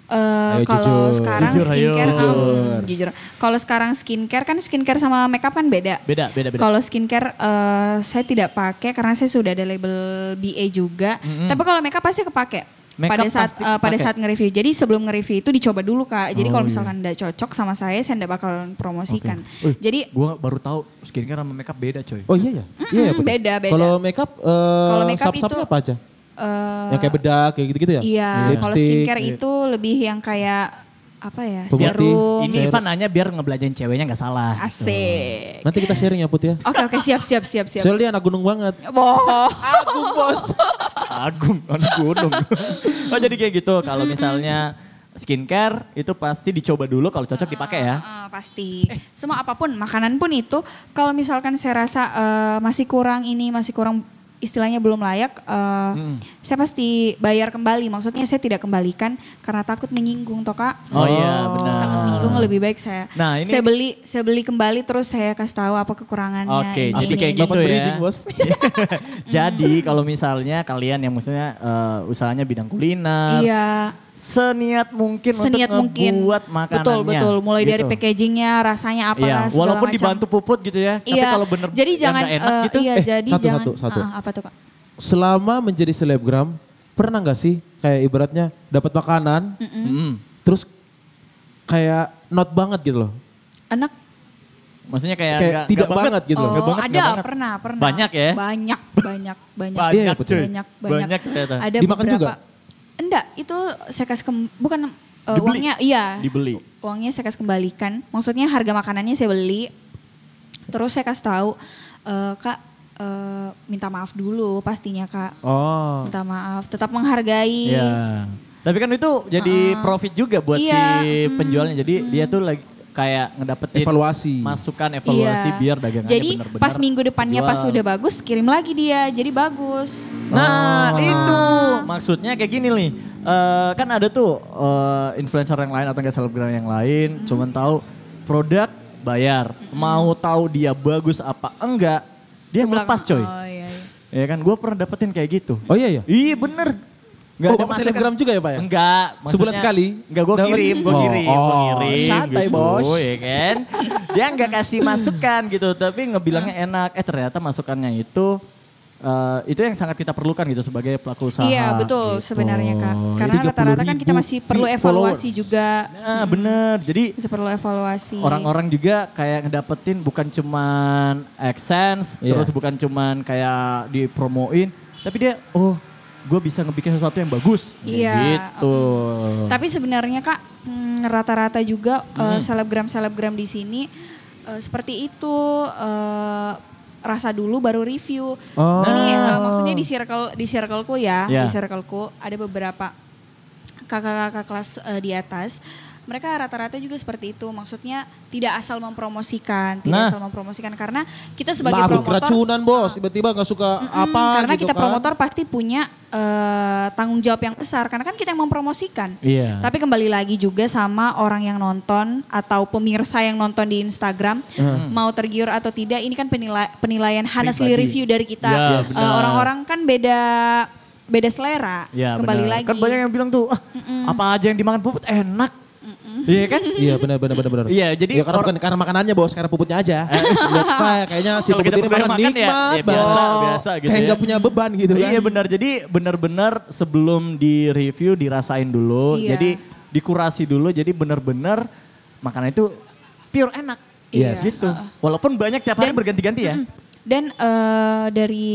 Speaker 4: Eh,
Speaker 5: Ayo,
Speaker 4: kalau
Speaker 5: jujur.
Speaker 4: sekarang
Speaker 3: Jujur, ayo.
Speaker 4: skincare,
Speaker 3: Jujur.
Speaker 4: em, jujur. Kalau sekarang skincare kan skincare sama makeup kan beda.
Speaker 3: Beda, beda, beda.
Speaker 4: Kalau skincare eh, saya tidak pakai karena saya sudah ada label BA juga. Tapi kalau makeup pasti kepake.
Speaker 3: Makeup
Speaker 4: pada saat
Speaker 3: pasti
Speaker 4: eh, pada
Speaker 3: pakai.
Speaker 4: saat nge-review. Jadi sebelum nge-review itu dicoba dulu kak. Jadi kalau misalkan tidak cocok sama saya, saya tidak bakal promosikan.
Speaker 3: Wih,
Speaker 4: Jadi
Speaker 3: gua baru tahu skincare sama makeup beda coy.
Speaker 5: Oh iya ya? Iya ya,
Speaker 4: Mm-mm,
Speaker 5: betul.
Speaker 4: beda, beda.
Speaker 5: Kalau makeup, eh
Speaker 4: Kalau makeup
Speaker 5: sub-subnya
Speaker 4: itu-
Speaker 5: apa aja?
Speaker 4: eh,
Speaker 5: yang kayak bedak, kayak gitu-gitu ya?
Speaker 4: iya, kalau
Speaker 5: Lipstick,
Speaker 4: skincare
Speaker 5: iya.
Speaker 4: itu lebih yang kayak apa ya?
Speaker 5: Pemutih.
Speaker 4: Serum.
Speaker 5: Serum.
Speaker 3: Ini Ivan nanya biar ngebelajain ceweknya nggak salah.
Speaker 4: Asik.
Speaker 5: Nanti kita sharing ya Put ya.
Speaker 4: Oke oke siap siap siap siap.
Speaker 5: Soalnya dia anak gunung banget.
Speaker 4: Bohong.
Speaker 3: Agung anak gunung. oh jadi kayak gitu kalau misalnya skincare itu pasti dicoba dulu kalau cocok dipakai ya.
Speaker 4: Eh, pasti. Semua apapun, makanan pun itu kalau misalkan saya rasa eh, masih kurang ini, masih kurang istilahnya belum layak, eh,
Speaker 3: Hmm.
Speaker 4: saya pasti bayar kembali. Maksudnya saya tidak kembalikan karena takut menyinggung toh Kak.
Speaker 3: Oh, iya benar.
Speaker 4: Takut menyinggung lebih baik saya.
Speaker 3: Nah, ini-
Speaker 4: Saya beli saya beli kembali terus saya kasih tahu apa kekurangannya.
Speaker 3: Oke,
Speaker 4: ini,
Speaker 3: jadi
Speaker 4: ini,
Speaker 3: kayak
Speaker 4: ini.
Speaker 3: gitu
Speaker 5: Dapat
Speaker 3: ya.
Speaker 5: bridging, Bos.
Speaker 3: jadi kalau misalnya kalian yang maksudnya eh, usahanya bidang kuliner,
Speaker 4: Iya,
Speaker 3: seniat mungkin
Speaker 4: seniat
Speaker 3: untuk
Speaker 4: mungkin.
Speaker 3: ngebuat makanannya.
Speaker 4: Betul, betul. Mulai dari
Speaker 3: Gitu.
Speaker 4: packagingnya, rasanya apa
Speaker 3: Iya,
Speaker 4: segala
Speaker 3: walaupun
Speaker 4: macam.
Speaker 3: dibantu puput gitu ya, tapi
Speaker 4: Iya,
Speaker 3: kalau bener
Speaker 4: jadi
Speaker 3: yang
Speaker 4: jangan
Speaker 3: nggak enak
Speaker 4: eh,
Speaker 3: gitu.
Speaker 4: Iya,
Speaker 5: eh,
Speaker 4: jadi
Speaker 5: satu,
Speaker 4: jangan.
Speaker 5: satu, satu.
Speaker 4: Ah, apa tuh Kak?
Speaker 5: Selama menjadi selebgram, pernah nggak sih kayak ibaratnya dapat makanan,
Speaker 3: Mm.
Speaker 5: terus kayak not banget gitu loh.
Speaker 4: Enak
Speaker 3: Maksudnya kayak,
Speaker 5: kayak
Speaker 3: nggak-
Speaker 5: tidak
Speaker 3: nggak
Speaker 5: banget, gitu loh.
Speaker 4: Oh,
Speaker 3: Nggak banget,
Speaker 4: ada
Speaker 3: nggak banget.
Speaker 4: pernah, pernah.
Speaker 3: Banyak ya?
Speaker 4: Banyak, banyak, banyak.
Speaker 3: Banyak,
Speaker 5: Iya,
Speaker 3: cuy.
Speaker 4: banyak, banyak.
Speaker 3: Banyak ternyata.
Speaker 4: Ada
Speaker 5: Dimakan
Speaker 4: beberapa.
Speaker 5: juga?
Speaker 4: Enggak, itu saya kasih ke, bukan eh,
Speaker 3: Dibeli?
Speaker 4: uangnya, iya.
Speaker 3: Dibeli.
Speaker 4: Uangnya saya kasih kembalikan. Maksudnya harga makanannya saya beli. Terus saya kasih tahu, eh, Kak, eh, minta maaf dulu pastinya, Kak.
Speaker 5: Oh.
Speaker 4: Minta maaf, tetap menghargai.
Speaker 3: Iya. Tapi kan itu jadi profit juga buat
Speaker 4: Ah. Iya,
Speaker 3: si penjualnya. Jadi dia tuh lagi kayak ngedapetin
Speaker 5: Evaluasi.
Speaker 3: masukan evaluasi
Speaker 4: Iya.
Speaker 3: biar dagangannya
Speaker 4: Jadi
Speaker 3: benar-benar
Speaker 4: pas minggu depannya pas
Speaker 3: dijual.
Speaker 4: udah bagus, kirim lagi dia. Jadi bagus.
Speaker 3: Nah,
Speaker 5: Oh.
Speaker 3: itu maksudnya kayak gini nih. Eh, kan ada tuh eh, influencer yang lain atau enggak selebgram yang
Speaker 5: Hmm.
Speaker 3: lain cuman tahu produk bayar. Mau tahu dia bagus apa enggak, dia melepas coy.
Speaker 4: Oh iya, iya.
Speaker 3: Ya kan gue pernah dapetin kayak gitu.
Speaker 5: Oh iya ya.
Speaker 3: Iya bener. Nggak
Speaker 5: Oh,
Speaker 3: ada
Speaker 5: Bapak
Speaker 3: masukan.
Speaker 5: selebgram juga ya, Pak, ya?
Speaker 3: Enggak.
Speaker 5: Sebulan sekali?
Speaker 3: Enggak gue
Speaker 5: Dapat?
Speaker 3: kirim, gue
Speaker 5: Oh,
Speaker 3: kirim, gue
Speaker 5: oh,
Speaker 3: kirim.
Speaker 5: santai, Bos.
Speaker 3: ya kan. Dia enggak kasih masukan gitu, tapi ngebilangnya enak. Eh ternyata masukannya itu eh, itu yang sangat kita perlukan gitu sebagai pelaku usaha.
Speaker 4: Iya betul
Speaker 3: gitu.
Speaker 4: sebenarnya kak. Karena
Speaker 5: 30.000
Speaker 4: rata-rata kan kita masih perlu
Speaker 5: view
Speaker 4: evaluasi juga,
Speaker 3: Nah bener, jadi
Speaker 4: masih perlu evaluasi.
Speaker 3: orang-orang juga kayak ngedapetin bukan cuman AdSense,
Speaker 5: Iya.
Speaker 3: terus bukan cuman kayak dipromoin, tapi dia oh gue bisa ngebikin sesuatu yang bagus. Kayak
Speaker 4: Iya,
Speaker 3: Gitu.
Speaker 4: Tapi sebenarnya kak hmm, rata-rata juga eh, selebgram-selebgram di sini eh, seperti itu eh, rasa dulu baru review.
Speaker 5: Oh.
Speaker 4: Ini eh, maksudnya di circle di circleku ya,
Speaker 3: Iya.
Speaker 4: di circleku ada beberapa kakak-kakak kelas eh, di atas. Mereka rata-rata juga seperti itu. Maksudnya tidak asal mempromosikan, tidak
Speaker 3: Nah.
Speaker 4: asal mempromosikan karena kita sebagai
Speaker 5: Maaf,
Speaker 4: promotor Ah.
Speaker 5: keracunan bos, tiba-tiba gak suka apa
Speaker 4: Hmm, karena
Speaker 5: gitu
Speaker 4: kita
Speaker 5: kan.
Speaker 4: promotor pasti punya eh, tanggung jawab yang besar karena kan kita yang mempromosikan.
Speaker 3: Iya.
Speaker 4: Tapi kembali lagi juga sama orang yang nonton atau pemirsa yang nonton di Instagram mau tergiur atau tidak ini kan penila- penilaian honestly
Speaker 3: Hmm. Pribadi.
Speaker 4: review dari kita.
Speaker 3: Ya,
Speaker 4: Eh,
Speaker 3: benar.
Speaker 4: orang-orang kan beda beda selera.
Speaker 3: Ya,
Speaker 4: kembali
Speaker 3: benar.
Speaker 4: lagi.
Speaker 3: Kan banyak yang bilang tuh, ah, apa aja yang dimakan puput enak. Iya kan?
Speaker 5: Iya benar benar benar benar.
Speaker 3: Iya, jadi
Speaker 5: ya, karena
Speaker 3: orang- Eh.
Speaker 5: bukan karena makanannya bos, karena puputnya aja. Lihat Pak, kayaknya si
Speaker 3: Kalau
Speaker 5: puput
Speaker 3: kita
Speaker 5: ini
Speaker 3: berdua
Speaker 5: makan,
Speaker 3: makan ya,
Speaker 5: nikmat
Speaker 3: ya biasa,
Speaker 5: Bos.
Speaker 3: biasa gitu
Speaker 5: Kayak
Speaker 3: ya.
Speaker 5: nggak punya beban gitu kan.
Speaker 3: Iya benar. Jadi benar-benar sebelum di review dirasain dulu.
Speaker 4: Iya.
Speaker 3: Jadi dikurasi dulu. Jadi benar-benar makanan itu pure enak.
Speaker 4: Iya. Yes.
Speaker 3: Gitu. Walaupun banyak tiap hari
Speaker 4: Dan-
Speaker 3: berganti-ganti ya.
Speaker 4: Dan eh, dari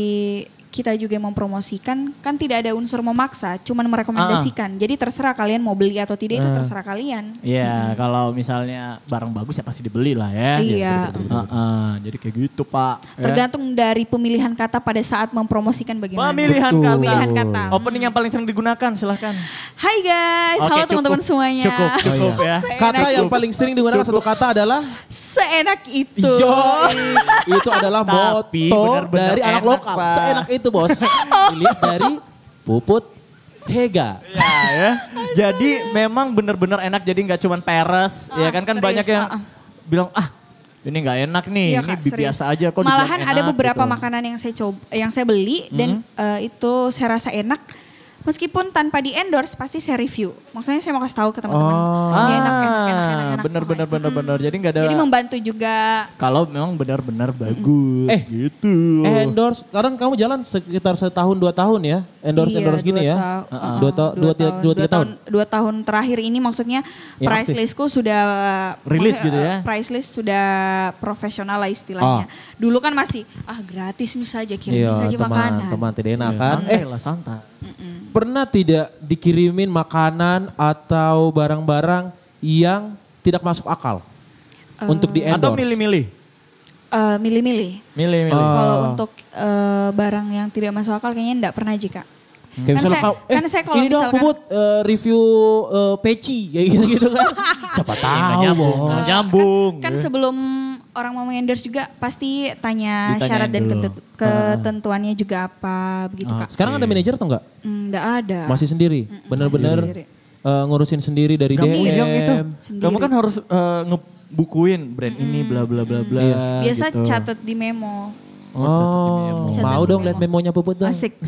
Speaker 4: kita juga yang mempromosikan kan tidak ada unsur memaksa, cuman
Speaker 3: Ah.
Speaker 4: merekomendasikan. Jadi terserah kalian mau beli atau tidak itu terserah kalian.
Speaker 3: Iya, kalau misalnya barang bagus ya pasti dibeli lah ya.
Speaker 4: Iya.
Speaker 3: Heeh, jadi kayak gitu pak.
Speaker 4: Tergantung dari pemilihan kata pada saat mempromosikan bagaimana.
Speaker 3: Pemilihan
Speaker 5: Betul.
Speaker 3: kata.
Speaker 4: Pemilihan kata.
Speaker 3: Opening yang paling sering digunakan silahkan.
Speaker 4: Hai guys,
Speaker 3: Oke,
Speaker 4: halo
Speaker 3: cukup.
Speaker 4: teman-teman semuanya.
Speaker 3: Cukup, cukup
Speaker 5: Oh, iya.
Speaker 3: ya.
Speaker 5: Kata yang paling sering digunakan satu kata adalah
Speaker 4: Seenak itu.
Speaker 5: Yo, itu adalah
Speaker 3: Tapi
Speaker 5: moto
Speaker 3: benar-benar
Speaker 5: dari
Speaker 3: enak,
Speaker 5: anak lokal.
Speaker 3: Pak.
Speaker 5: Seenak itu bos. Dilihat dari puput Hega.
Speaker 3: Ya, ya. Jadi memang bener-bener enak. Jadi nggak cuman peres, ya
Speaker 4: Ah,
Speaker 3: kan kan
Speaker 4: serius,
Speaker 3: banyak yang
Speaker 4: ah, ah.
Speaker 3: bilang ah ini nggak enak nih,
Speaker 4: Iya,
Speaker 3: ini
Speaker 4: Kak,
Speaker 3: bi-
Speaker 4: serius.
Speaker 3: biasa aja kok. dibilang
Speaker 4: Malahan ada
Speaker 3: enak," Hmm.
Speaker 4: beberapa
Speaker 3: gitu.
Speaker 4: makanan yang saya coba, yang saya beli dan eh, itu saya rasa enak. meskipun tanpa di endorse pasti saya review. Maksudnya saya mau kasih tahu ke teman-teman.
Speaker 3: Ah,
Speaker 4: ini enak, enak, enak, enak, enak.
Speaker 3: bener bener bener bener. Jadi nggak ada.
Speaker 4: Jadi membantu juga
Speaker 3: kalau memang benar-benar bagus
Speaker 5: Eh,
Speaker 3: gitu.
Speaker 5: Endorse, sekarang kamu jalan sekitar setahun dua tahun ya, endorse
Speaker 4: Iya,
Speaker 5: endorse gini
Speaker 4: dua
Speaker 5: ya,
Speaker 4: ta-
Speaker 5: Heeh.
Speaker 4: uh-uh,
Speaker 5: dua ta- dua tiga dua tiga tahun. Iya,
Speaker 4: dua tahun terakhir ini maksudnya
Speaker 5: Yang
Speaker 4: price
Speaker 5: aktif.
Speaker 4: listku sudah
Speaker 3: Rilis
Speaker 4: maksudnya,
Speaker 3: gitu ya?
Speaker 4: eh, price list sudah profesional lah istilahnya. Dulu kan masih ah gratis bisa aja kirim
Speaker 5: Iya,
Speaker 4: bisa aja
Speaker 5: teman,
Speaker 4: makanan.
Speaker 5: teman tidak enak kan?
Speaker 3: santai
Speaker 5: Eh,
Speaker 3: lah santai.
Speaker 5: pernah tidak dikirimin makanan atau barang-barang yang tidak masuk akal untuk di endorse?
Speaker 3: Atau milih-milih. Oh,
Speaker 4: Eh, milih-milih.
Speaker 3: Milih-milih.
Speaker 5: Ah.
Speaker 4: Kalau untuk eh, barang yang tidak masuk akal kayaknya enggak pernah aja
Speaker 5: Hmm.
Speaker 4: Kak.
Speaker 5: Kayak
Speaker 4: Kan
Speaker 5: misalnya
Speaker 4: saya-
Speaker 5: kau, eh,
Speaker 4: kan saya kalau
Speaker 5: ini dong
Speaker 4: misalkan-
Speaker 5: Puput eh, review eh, peci kayak gitu gitu kan. Siapa tahu, Bos.
Speaker 3: nggak nyambung. Iya.
Speaker 4: Kan
Speaker 5: Iya.
Speaker 4: sebelum orang mau endorse juga pasti tanya
Speaker 3: Ditanyain
Speaker 4: syarat dan
Speaker 3: dulu.
Speaker 4: ketentu-
Speaker 5: Ah.
Speaker 4: ketentuannya juga apa begitu Kak.
Speaker 5: Sekarang ada manajer atau enggak?
Speaker 4: Hmm, Enggak ada.
Speaker 5: Masih sendiri, bener-bener
Speaker 4: Sendiri.
Speaker 5: eh, ngurusin sendiri dari
Speaker 3: Kamu
Speaker 5: DM.
Speaker 3: yang itu.
Speaker 4: Sendiri.
Speaker 3: Kamu kan harus eh, ngebukuin brand ini bla bla bla bla.
Speaker 5: Iya.
Speaker 4: Biasa
Speaker 3: gitu.
Speaker 4: catat di memo.
Speaker 5: Oh,
Speaker 4: Catat
Speaker 5: mau
Speaker 4: di
Speaker 5: dong
Speaker 4: memo.
Speaker 5: lihat memonya Puput dong.
Speaker 4: Asik.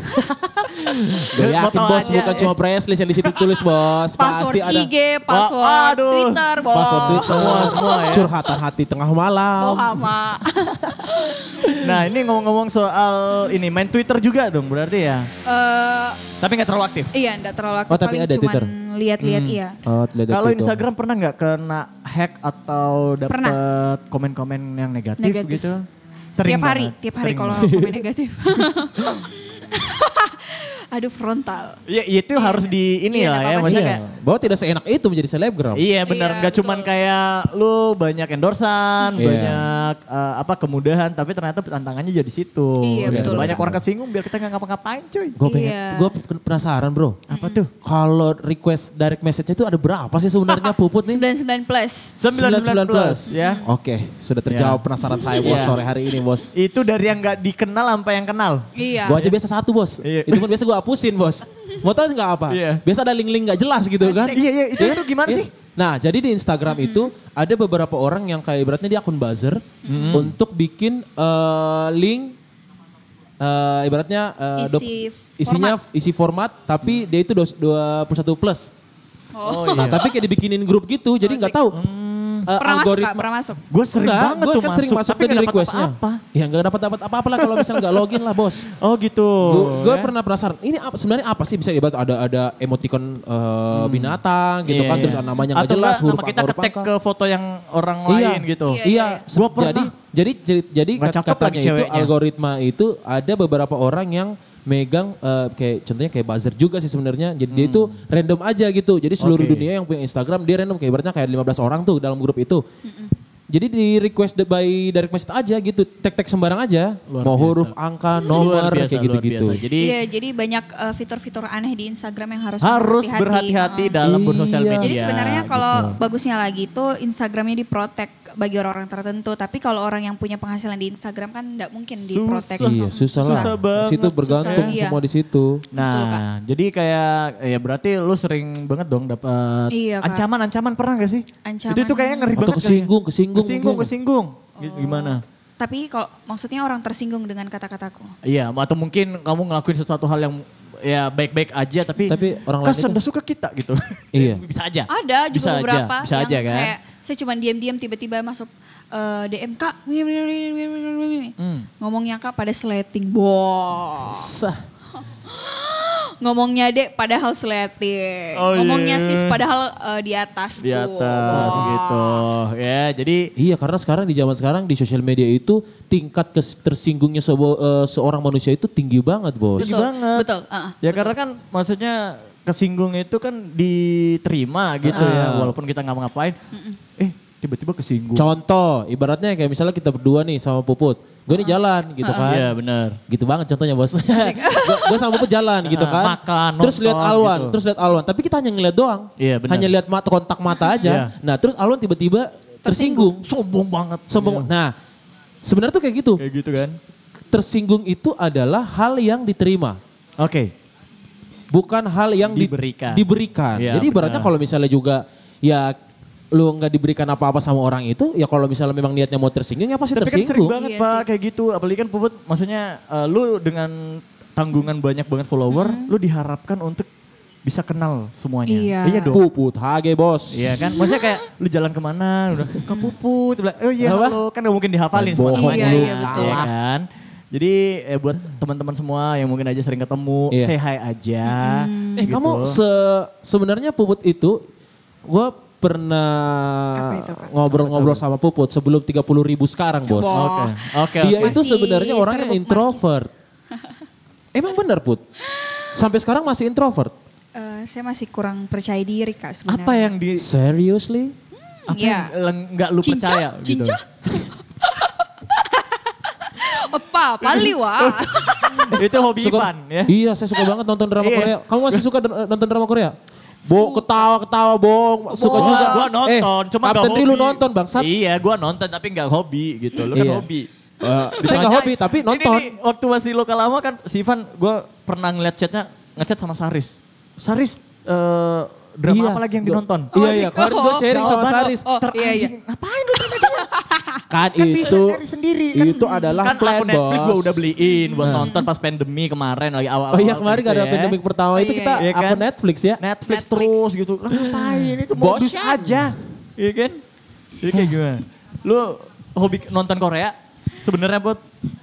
Speaker 5: Gak yakin
Speaker 3: Foto
Speaker 5: bos,
Speaker 3: aja.
Speaker 5: bukan cuma press list yang di situ tulis bos.
Speaker 4: password
Speaker 5: Pasti ada
Speaker 4: IG, password
Speaker 3: aduh.
Speaker 4: Twitter, bohong.
Speaker 5: password Twitter. Semua, semua ya. Curhatan hati tengah malam.
Speaker 4: Bohong sama.
Speaker 3: Nah ini ngomong-ngomong soal ini main Twitter juga dong berarti ya.
Speaker 4: Eh,
Speaker 3: Tapi nggak terlalu aktif.
Speaker 4: iya, enggak terlalu aktif.
Speaker 5: Oh, tapi
Speaker 4: paling
Speaker 5: ada
Speaker 4: cuman
Speaker 5: Twitter?
Speaker 4: Lihat-lihat iya.
Speaker 5: Oh, tidak ada
Speaker 3: Kalau
Speaker 5: Twitter.
Speaker 3: Instagram pernah nggak kena hack atau
Speaker 4: Pernah.
Speaker 3: dapet komen-komen yang negatif,
Speaker 4: Negatif.
Speaker 3: gitu?
Speaker 4: tiap hari,
Speaker 3: banget,
Speaker 4: tiap hari
Speaker 3: sering
Speaker 4: kalau
Speaker 3: banget.
Speaker 4: komen negatif. Aduh frontal.
Speaker 3: Iya itu harus di ini lah ya
Speaker 4: Iya, nggak apa-apa sih,
Speaker 3: maksudnya
Speaker 5: Iya,
Speaker 3: kayak-
Speaker 5: bahwa tidak seenak itu menjadi selebgram.
Speaker 3: Iya benar,
Speaker 4: Iya,
Speaker 3: nggak
Speaker 4: betul.
Speaker 3: cuman kayak lu banyak endorsan,
Speaker 5: Iya.
Speaker 3: banyak eh, apa kemudahan, tapi ternyata tantangannya jadi situ.
Speaker 4: Iya,
Speaker 3: Gitu.
Speaker 4: betul.
Speaker 3: Banyak orang kesinggung biar kita nggak ngapa-ngapain, cuy.
Speaker 5: Gue pengen,
Speaker 4: Iya.
Speaker 5: gue penasaran bro.
Speaker 3: Apa tuh?
Speaker 5: Kalau request direct message itu ada berapa sih sebenarnya Puput nih?
Speaker 4: 99 plus.
Speaker 3: 99 plus, ya.
Speaker 5: Oke, sudah terjawab penasaran saya bos
Speaker 3: Iya.
Speaker 5: sore hari ini bos.
Speaker 3: Itu dari yang nggak dikenal sampai yang kenal.
Speaker 4: Iya.
Speaker 5: Gue aja biasa satu bos.
Speaker 3: Iya.
Speaker 5: Itu pun biasa gue hapusin bos. Mau tau nggak apa?
Speaker 3: Iya.
Speaker 5: Biasa ada link-link nggak jelas gitu kan?
Speaker 3: Iya, iya, itu itu gimana
Speaker 5: Iya.
Speaker 3: sih?
Speaker 5: Nah, jadi di Instagram itu ada beberapa orang yang kayak ibaratnya dia akun buzzer untuk bikin eh, link eh, ibaratnya eh,
Speaker 4: Isi
Speaker 5: isinya isi format
Speaker 3: Mm.
Speaker 5: tapi dia itu dos- 21 plus.
Speaker 4: Oh.
Speaker 5: Nah,
Speaker 4: Mm.
Speaker 3: iya.
Speaker 5: tapi kayak dibikinin grup gitu, jadi nggak tahu eh,
Speaker 4: Pernah masuk, Kak,
Speaker 5: algoritma
Speaker 4: pernah masuk.
Speaker 3: Gue sering
Speaker 5: Enggak,
Speaker 3: banget
Speaker 5: gua
Speaker 3: tuh
Speaker 5: kan
Speaker 3: masuk,
Speaker 5: sering masuk
Speaker 3: tapi
Speaker 5: ke di
Speaker 3: nggak dapet
Speaker 5: requestnya.
Speaker 3: apa-apa.
Speaker 5: Ya nggak dapat dapat apa-apa lah kalau misalnya nggak login lah bos.
Speaker 3: Oh gitu.
Speaker 5: Gue
Speaker 3: ya.
Speaker 5: pernah penasaran. Ini apa, sebenarnya apa sih bisa ibarat ada ada emoticon eh, binatang gitu
Speaker 3: Hmm. Iya,
Speaker 5: kan
Speaker 3: iya.
Speaker 5: terus namanya nggak
Speaker 3: Atau
Speaker 5: jelas
Speaker 3: nggak,
Speaker 5: huruf
Speaker 3: nama
Speaker 5: angka
Speaker 3: kita
Speaker 5: huruf
Speaker 3: ketek
Speaker 5: angka.
Speaker 3: ke foto yang orang
Speaker 5: Iya.
Speaker 3: lain gitu.
Speaker 5: Iya,
Speaker 4: Iya,
Speaker 5: se-
Speaker 3: Gua pernah.
Speaker 5: jadi jadi jadi, jadi
Speaker 3: Nggak
Speaker 5: kat-
Speaker 3: cakep
Speaker 5: katanya
Speaker 3: lagi
Speaker 5: itu
Speaker 3: ceweknya.
Speaker 5: algoritma itu ada beberapa orang yang megang eh, kayak contohnya kayak buzzer juga sih sebenarnya. Jadi dia itu random aja gitu. Jadi seluruh
Speaker 3: Hmm. Oke.
Speaker 5: dunia yang punya Instagram dia random kayak ibaratnya kayak 15 orang tuh dalam grup itu. Jadi di request the- by direct message aja gitu, tek-tek sembarang aja.
Speaker 3: Luar
Speaker 5: Mau
Speaker 3: biasa.
Speaker 5: huruf, angka, nomor
Speaker 3: Luar biasa,
Speaker 5: kayak
Speaker 3: luar
Speaker 5: gitu-gitu.
Speaker 3: biasa. Jadi
Speaker 4: Iya, jadi banyak eh, fitur-fitur aneh di Instagram yang harus
Speaker 3: harus berhati-hati
Speaker 4: Heeh.
Speaker 3: dalam bersosial
Speaker 5: Iya.
Speaker 3: media.
Speaker 4: Jadi sebenarnya
Speaker 3: gitu.
Speaker 4: kalau bagusnya lagi itu Instagramnya diprotek bagi orang-orang tertentu. Tapi kalau orang yang punya penghasilan di Instagram kan nggak mungkin diprotek.
Speaker 3: Susah.
Speaker 5: Iya, susah lah.
Speaker 3: Susah banget,
Speaker 5: situ bergantung
Speaker 4: susah. Iya.
Speaker 5: semua di situ.
Speaker 3: Nah,
Speaker 4: Betul, Kak.
Speaker 3: jadi kayak ya berarti lu sering banget dong dapat
Speaker 4: Iya, Kak.
Speaker 3: ancaman-ancaman pernah gak sih?
Speaker 4: Ancaman.
Speaker 3: Itu itu kayaknya ngeri
Speaker 5: Atau
Speaker 3: banget. kayaknya.
Speaker 5: kesinggung, kesinggung
Speaker 3: kesinggung,
Speaker 5: mungkin.
Speaker 3: kesinggung. Gitu, Gimana?
Speaker 4: Oh. Tapi kalau maksudnya orang tersinggung dengan kata-kataku.
Speaker 3: Iya, atau mungkin kamu ngelakuin sesuatu hal yang ya baik-baik aja tapi
Speaker 5: Tapi orang lain
Speaker 3: kesan
Speaker 5: itu-
Speaker 3: udah suka kita gitu.
Speaker 5: Iya.
Speaker 3: Bisa aja.
Speaker 4: Ada
Speaker 3: Bisa
Speaker 4: juga
Speaker 3: aja,
Speaker 4: beberapa
Speaker 3: Bisa
Speaker 4: yang
Speaker 3: aja kan.
Speaker 4: kayak saya cuma diam-diam tiba-tiba masuk eh, DM kak
Speaker 3: Hmm.
Speaker 4: ngomongnya kak pada sleting bos
Speaker 3: Sah.
Speaker 4: ngomongnya dek padahal sleting
Speaker 3: Oh, iya.
Speaker 4: ngomongnya sis padahal eh, di atasku
Speaker 3: Di atas
Speaker 4: Wah.
Speaker 3: gitu. Ya, jadi
Speaker 5: Iya karena sekarang di zaman sekarang di sosial media itu tingkat kes- tersinggungnya sebo- eh, seorang manusia itu tinggi banget bos.
Speaker 3: Tinggi
Speaker 4: Betul,
Speaker 3: banget.
Speaker 4: betul, uh-uh,
Speaker 3: ya karena kan maksudnya kesinggung itu kan diterima gitu ya.
Speaker 5: Ah.
Speaker 3: Walaupun kita nggak ngapain. Eh tiba-tiba kesinggung.
Speaker 5: Contoh ibaratnya kayak misalnya kita berdua nih sama Puput. Gue nih jalan gitu kan.
Speaker 3: Iya benar.
Speaker 5: Gitu banget contohnya bos. gue sama Puput jalan gitu kan.
Speaker 3: Makan,
Speaker 5: terus lihat
Speaker 3: nonton,
Speaker 5: Alwan,
Speaker 3: gitu.
Speaker 5: terus lihat Alwan. Tapi kita hanya ngeliat doang.
Speaker 3: Iya, benar.
Speaker 5: Hanya lihat mata kontak mata
Speaker 3: Iya.
Speaker 5: aja. Nah terus Alwan tiba-tiba tersinggung.
Speaker 3: Sombong banget. Iya.
Speaker 5: Sombong. Nah sebenarnya tuh kayak gitu.
Speaker 3: Kayak gitu kan.
Speaker 5: Tersinggung itu adalah hal yang diterima.
Speaker 3: Oke.
Speaker 5: bukan hal yang di-
Speaker 3: Diberikan.
Speaker 5: diberikan.
Speaker 3: Iya,
Speaker 5: Jadi
Speaker 3: benar.
Speaker 5: ibaratnya kalau misalnya juga ya lu nggak diberikan apa-apa sama orang itu, ya kalau misalnya memang niatnya mau tersinggung ya pasti
Speaker 3: Tapi kan sering
Speaker 5: tersinggung.
Speaker 3: banget
Speaker 4: Iya
Speaker 3: pak
Speaker 4: sih.
Speaker 3: kayak gitu. Apalagi kan Puput maksudnya eh, lu dengan tanggungan banyak banget follower, lu diharapkan untuk bisa kenal semuanya.
Speaker 4: Hmm. Iya.
Speaker 3: dong.
Speaker 5: Puput hage bos.
Speaker 3: Iya kan, maksudnya kayak lu jalan kemana, udah ke Puput, bilang, oh iya
Speaker 5: Apa?
Speaker 3: halo, kan gak mungkin dihafalin
Speaker 5: Bohong
Speaker 3: semua namanya.
Speaker 4: lu. Iya, betul.
Speaker 3: Iya kan. Jadi eh, buat teman-teman semua yang mungkin aja sering ketemu,
Speaker 5: Iya.
Speaker 3: say hi aja.
Speaker 5: Eh
Speaker 3: gitu.
Speaker 5: kamu se- sebenarnya Puput itu gue pernah
Speaker 4: Apa itu, Kak?
Speaker 5: ngobrol-ngobrol sama Puput sebelum 30.000 ribu sekarang
Speaker 3: Oke,
Speaker 5: bos.
Speaker 4: Wah.
Speaker 3: oke.
Speaker 5: Dia
Speaker 3: oke.
Speaker 5: itu
Speaker 4: Masih
Speaker 5: sebenarnya orangnya
Speaker 4: serbuk
Speaker 5: introvert. Emang benar Put? Sampai sekarang masih introvert?
Speaker 4: Eh, saya masih kurang percaya diri kak sebenarnya.
Speaker 3: Apa ya? yang di
Speaker 5: Seriously?
Speaker 3: apa
Speaker 4: Iya.
Speaker 3: yang leng- nggak lu
Speaker 4: Cincah?
Speaker 3: percaya gitu?
Speaker 4: Cincah? Apa? Pali wah.
Speaker 3: itu hobi
Speaker 5: Suka-
Speaker 3: Ivan ya.
Speaker 5: Iya saya suka banget nonton drama
Speaker 3: Iya.
Speaker 5: Korea. Kamu masih suka dra- nonton drama Korea? Bo, ketawa-ketawa bohong. Suka juga.
Speaker 3: Gua nonton,
Speaker 5: eh,
Speaker 3: cuma nggak
Speaker 5: Kapten
Speaker 3: hobi.
Speaker 5: Rilu nonton bangsat. Eh,
Speaker 3: Iya, gua nonton tapi nggak hobi gitu. Lu kan
Speaker 5: Iya.
Speaker 3: hobi.
Speaker 5: Eh, saya nggak hobi tapi
Speaker 3: Ini
Speaker 5: nonton.
Speaker 3: nih, waktu masih lokal lama kan si Ivan gua pernah ngeliat chatnya, ngechat sama Saris. Saris eh drama
Speaker 5: Iya.
Speaker 3: apa lagi yang dinonton?
Speaker 5: Iya, iya. Kemarin gue sharing sama
Speaker 3: Jawaban,
Speaker 5: Saris.
Speaker 4: Oh, iya, iya.
Speaker 3: Teranjing, ngapain lu nonton dia?
Speaker 5: Kan,
Speaker 3: Kan bisa
Speaker 5: itu,
Speaker 3: cari sendiri, kan-
Speaker 5: itu adalah
Speaker 3: kan
Speaker 5: plan
Speaker 3: aku Netflix
Speaker 5: bos.
Speaker 3: gua udah beliin buat nonton pas pandemi kemarin lagi awal-awal.
Speaker 5: Oh iya kemarin
Speaker 3: gitu
Speaker 5: gak ada
Speaker 3: ya.
Speaker 5: pandemik pertama itu
Speaker 4: Iya,
Speaker 5: kita
Speaker 3: iya.
Speaker 5: akun
Speaker 3: Iya kan?
Speaker 5: Netflix ya.
Speaker 3: Netflix,
Speaker 4: Netflix.
Speaker 3: terus gitu. Lah ngapain itu modus
Speaker 5: Bosan.
Speaker 3: aja. Iya kan? Jadi kayak gimana? Lu hobi nonton Korea? Sebenarnya buat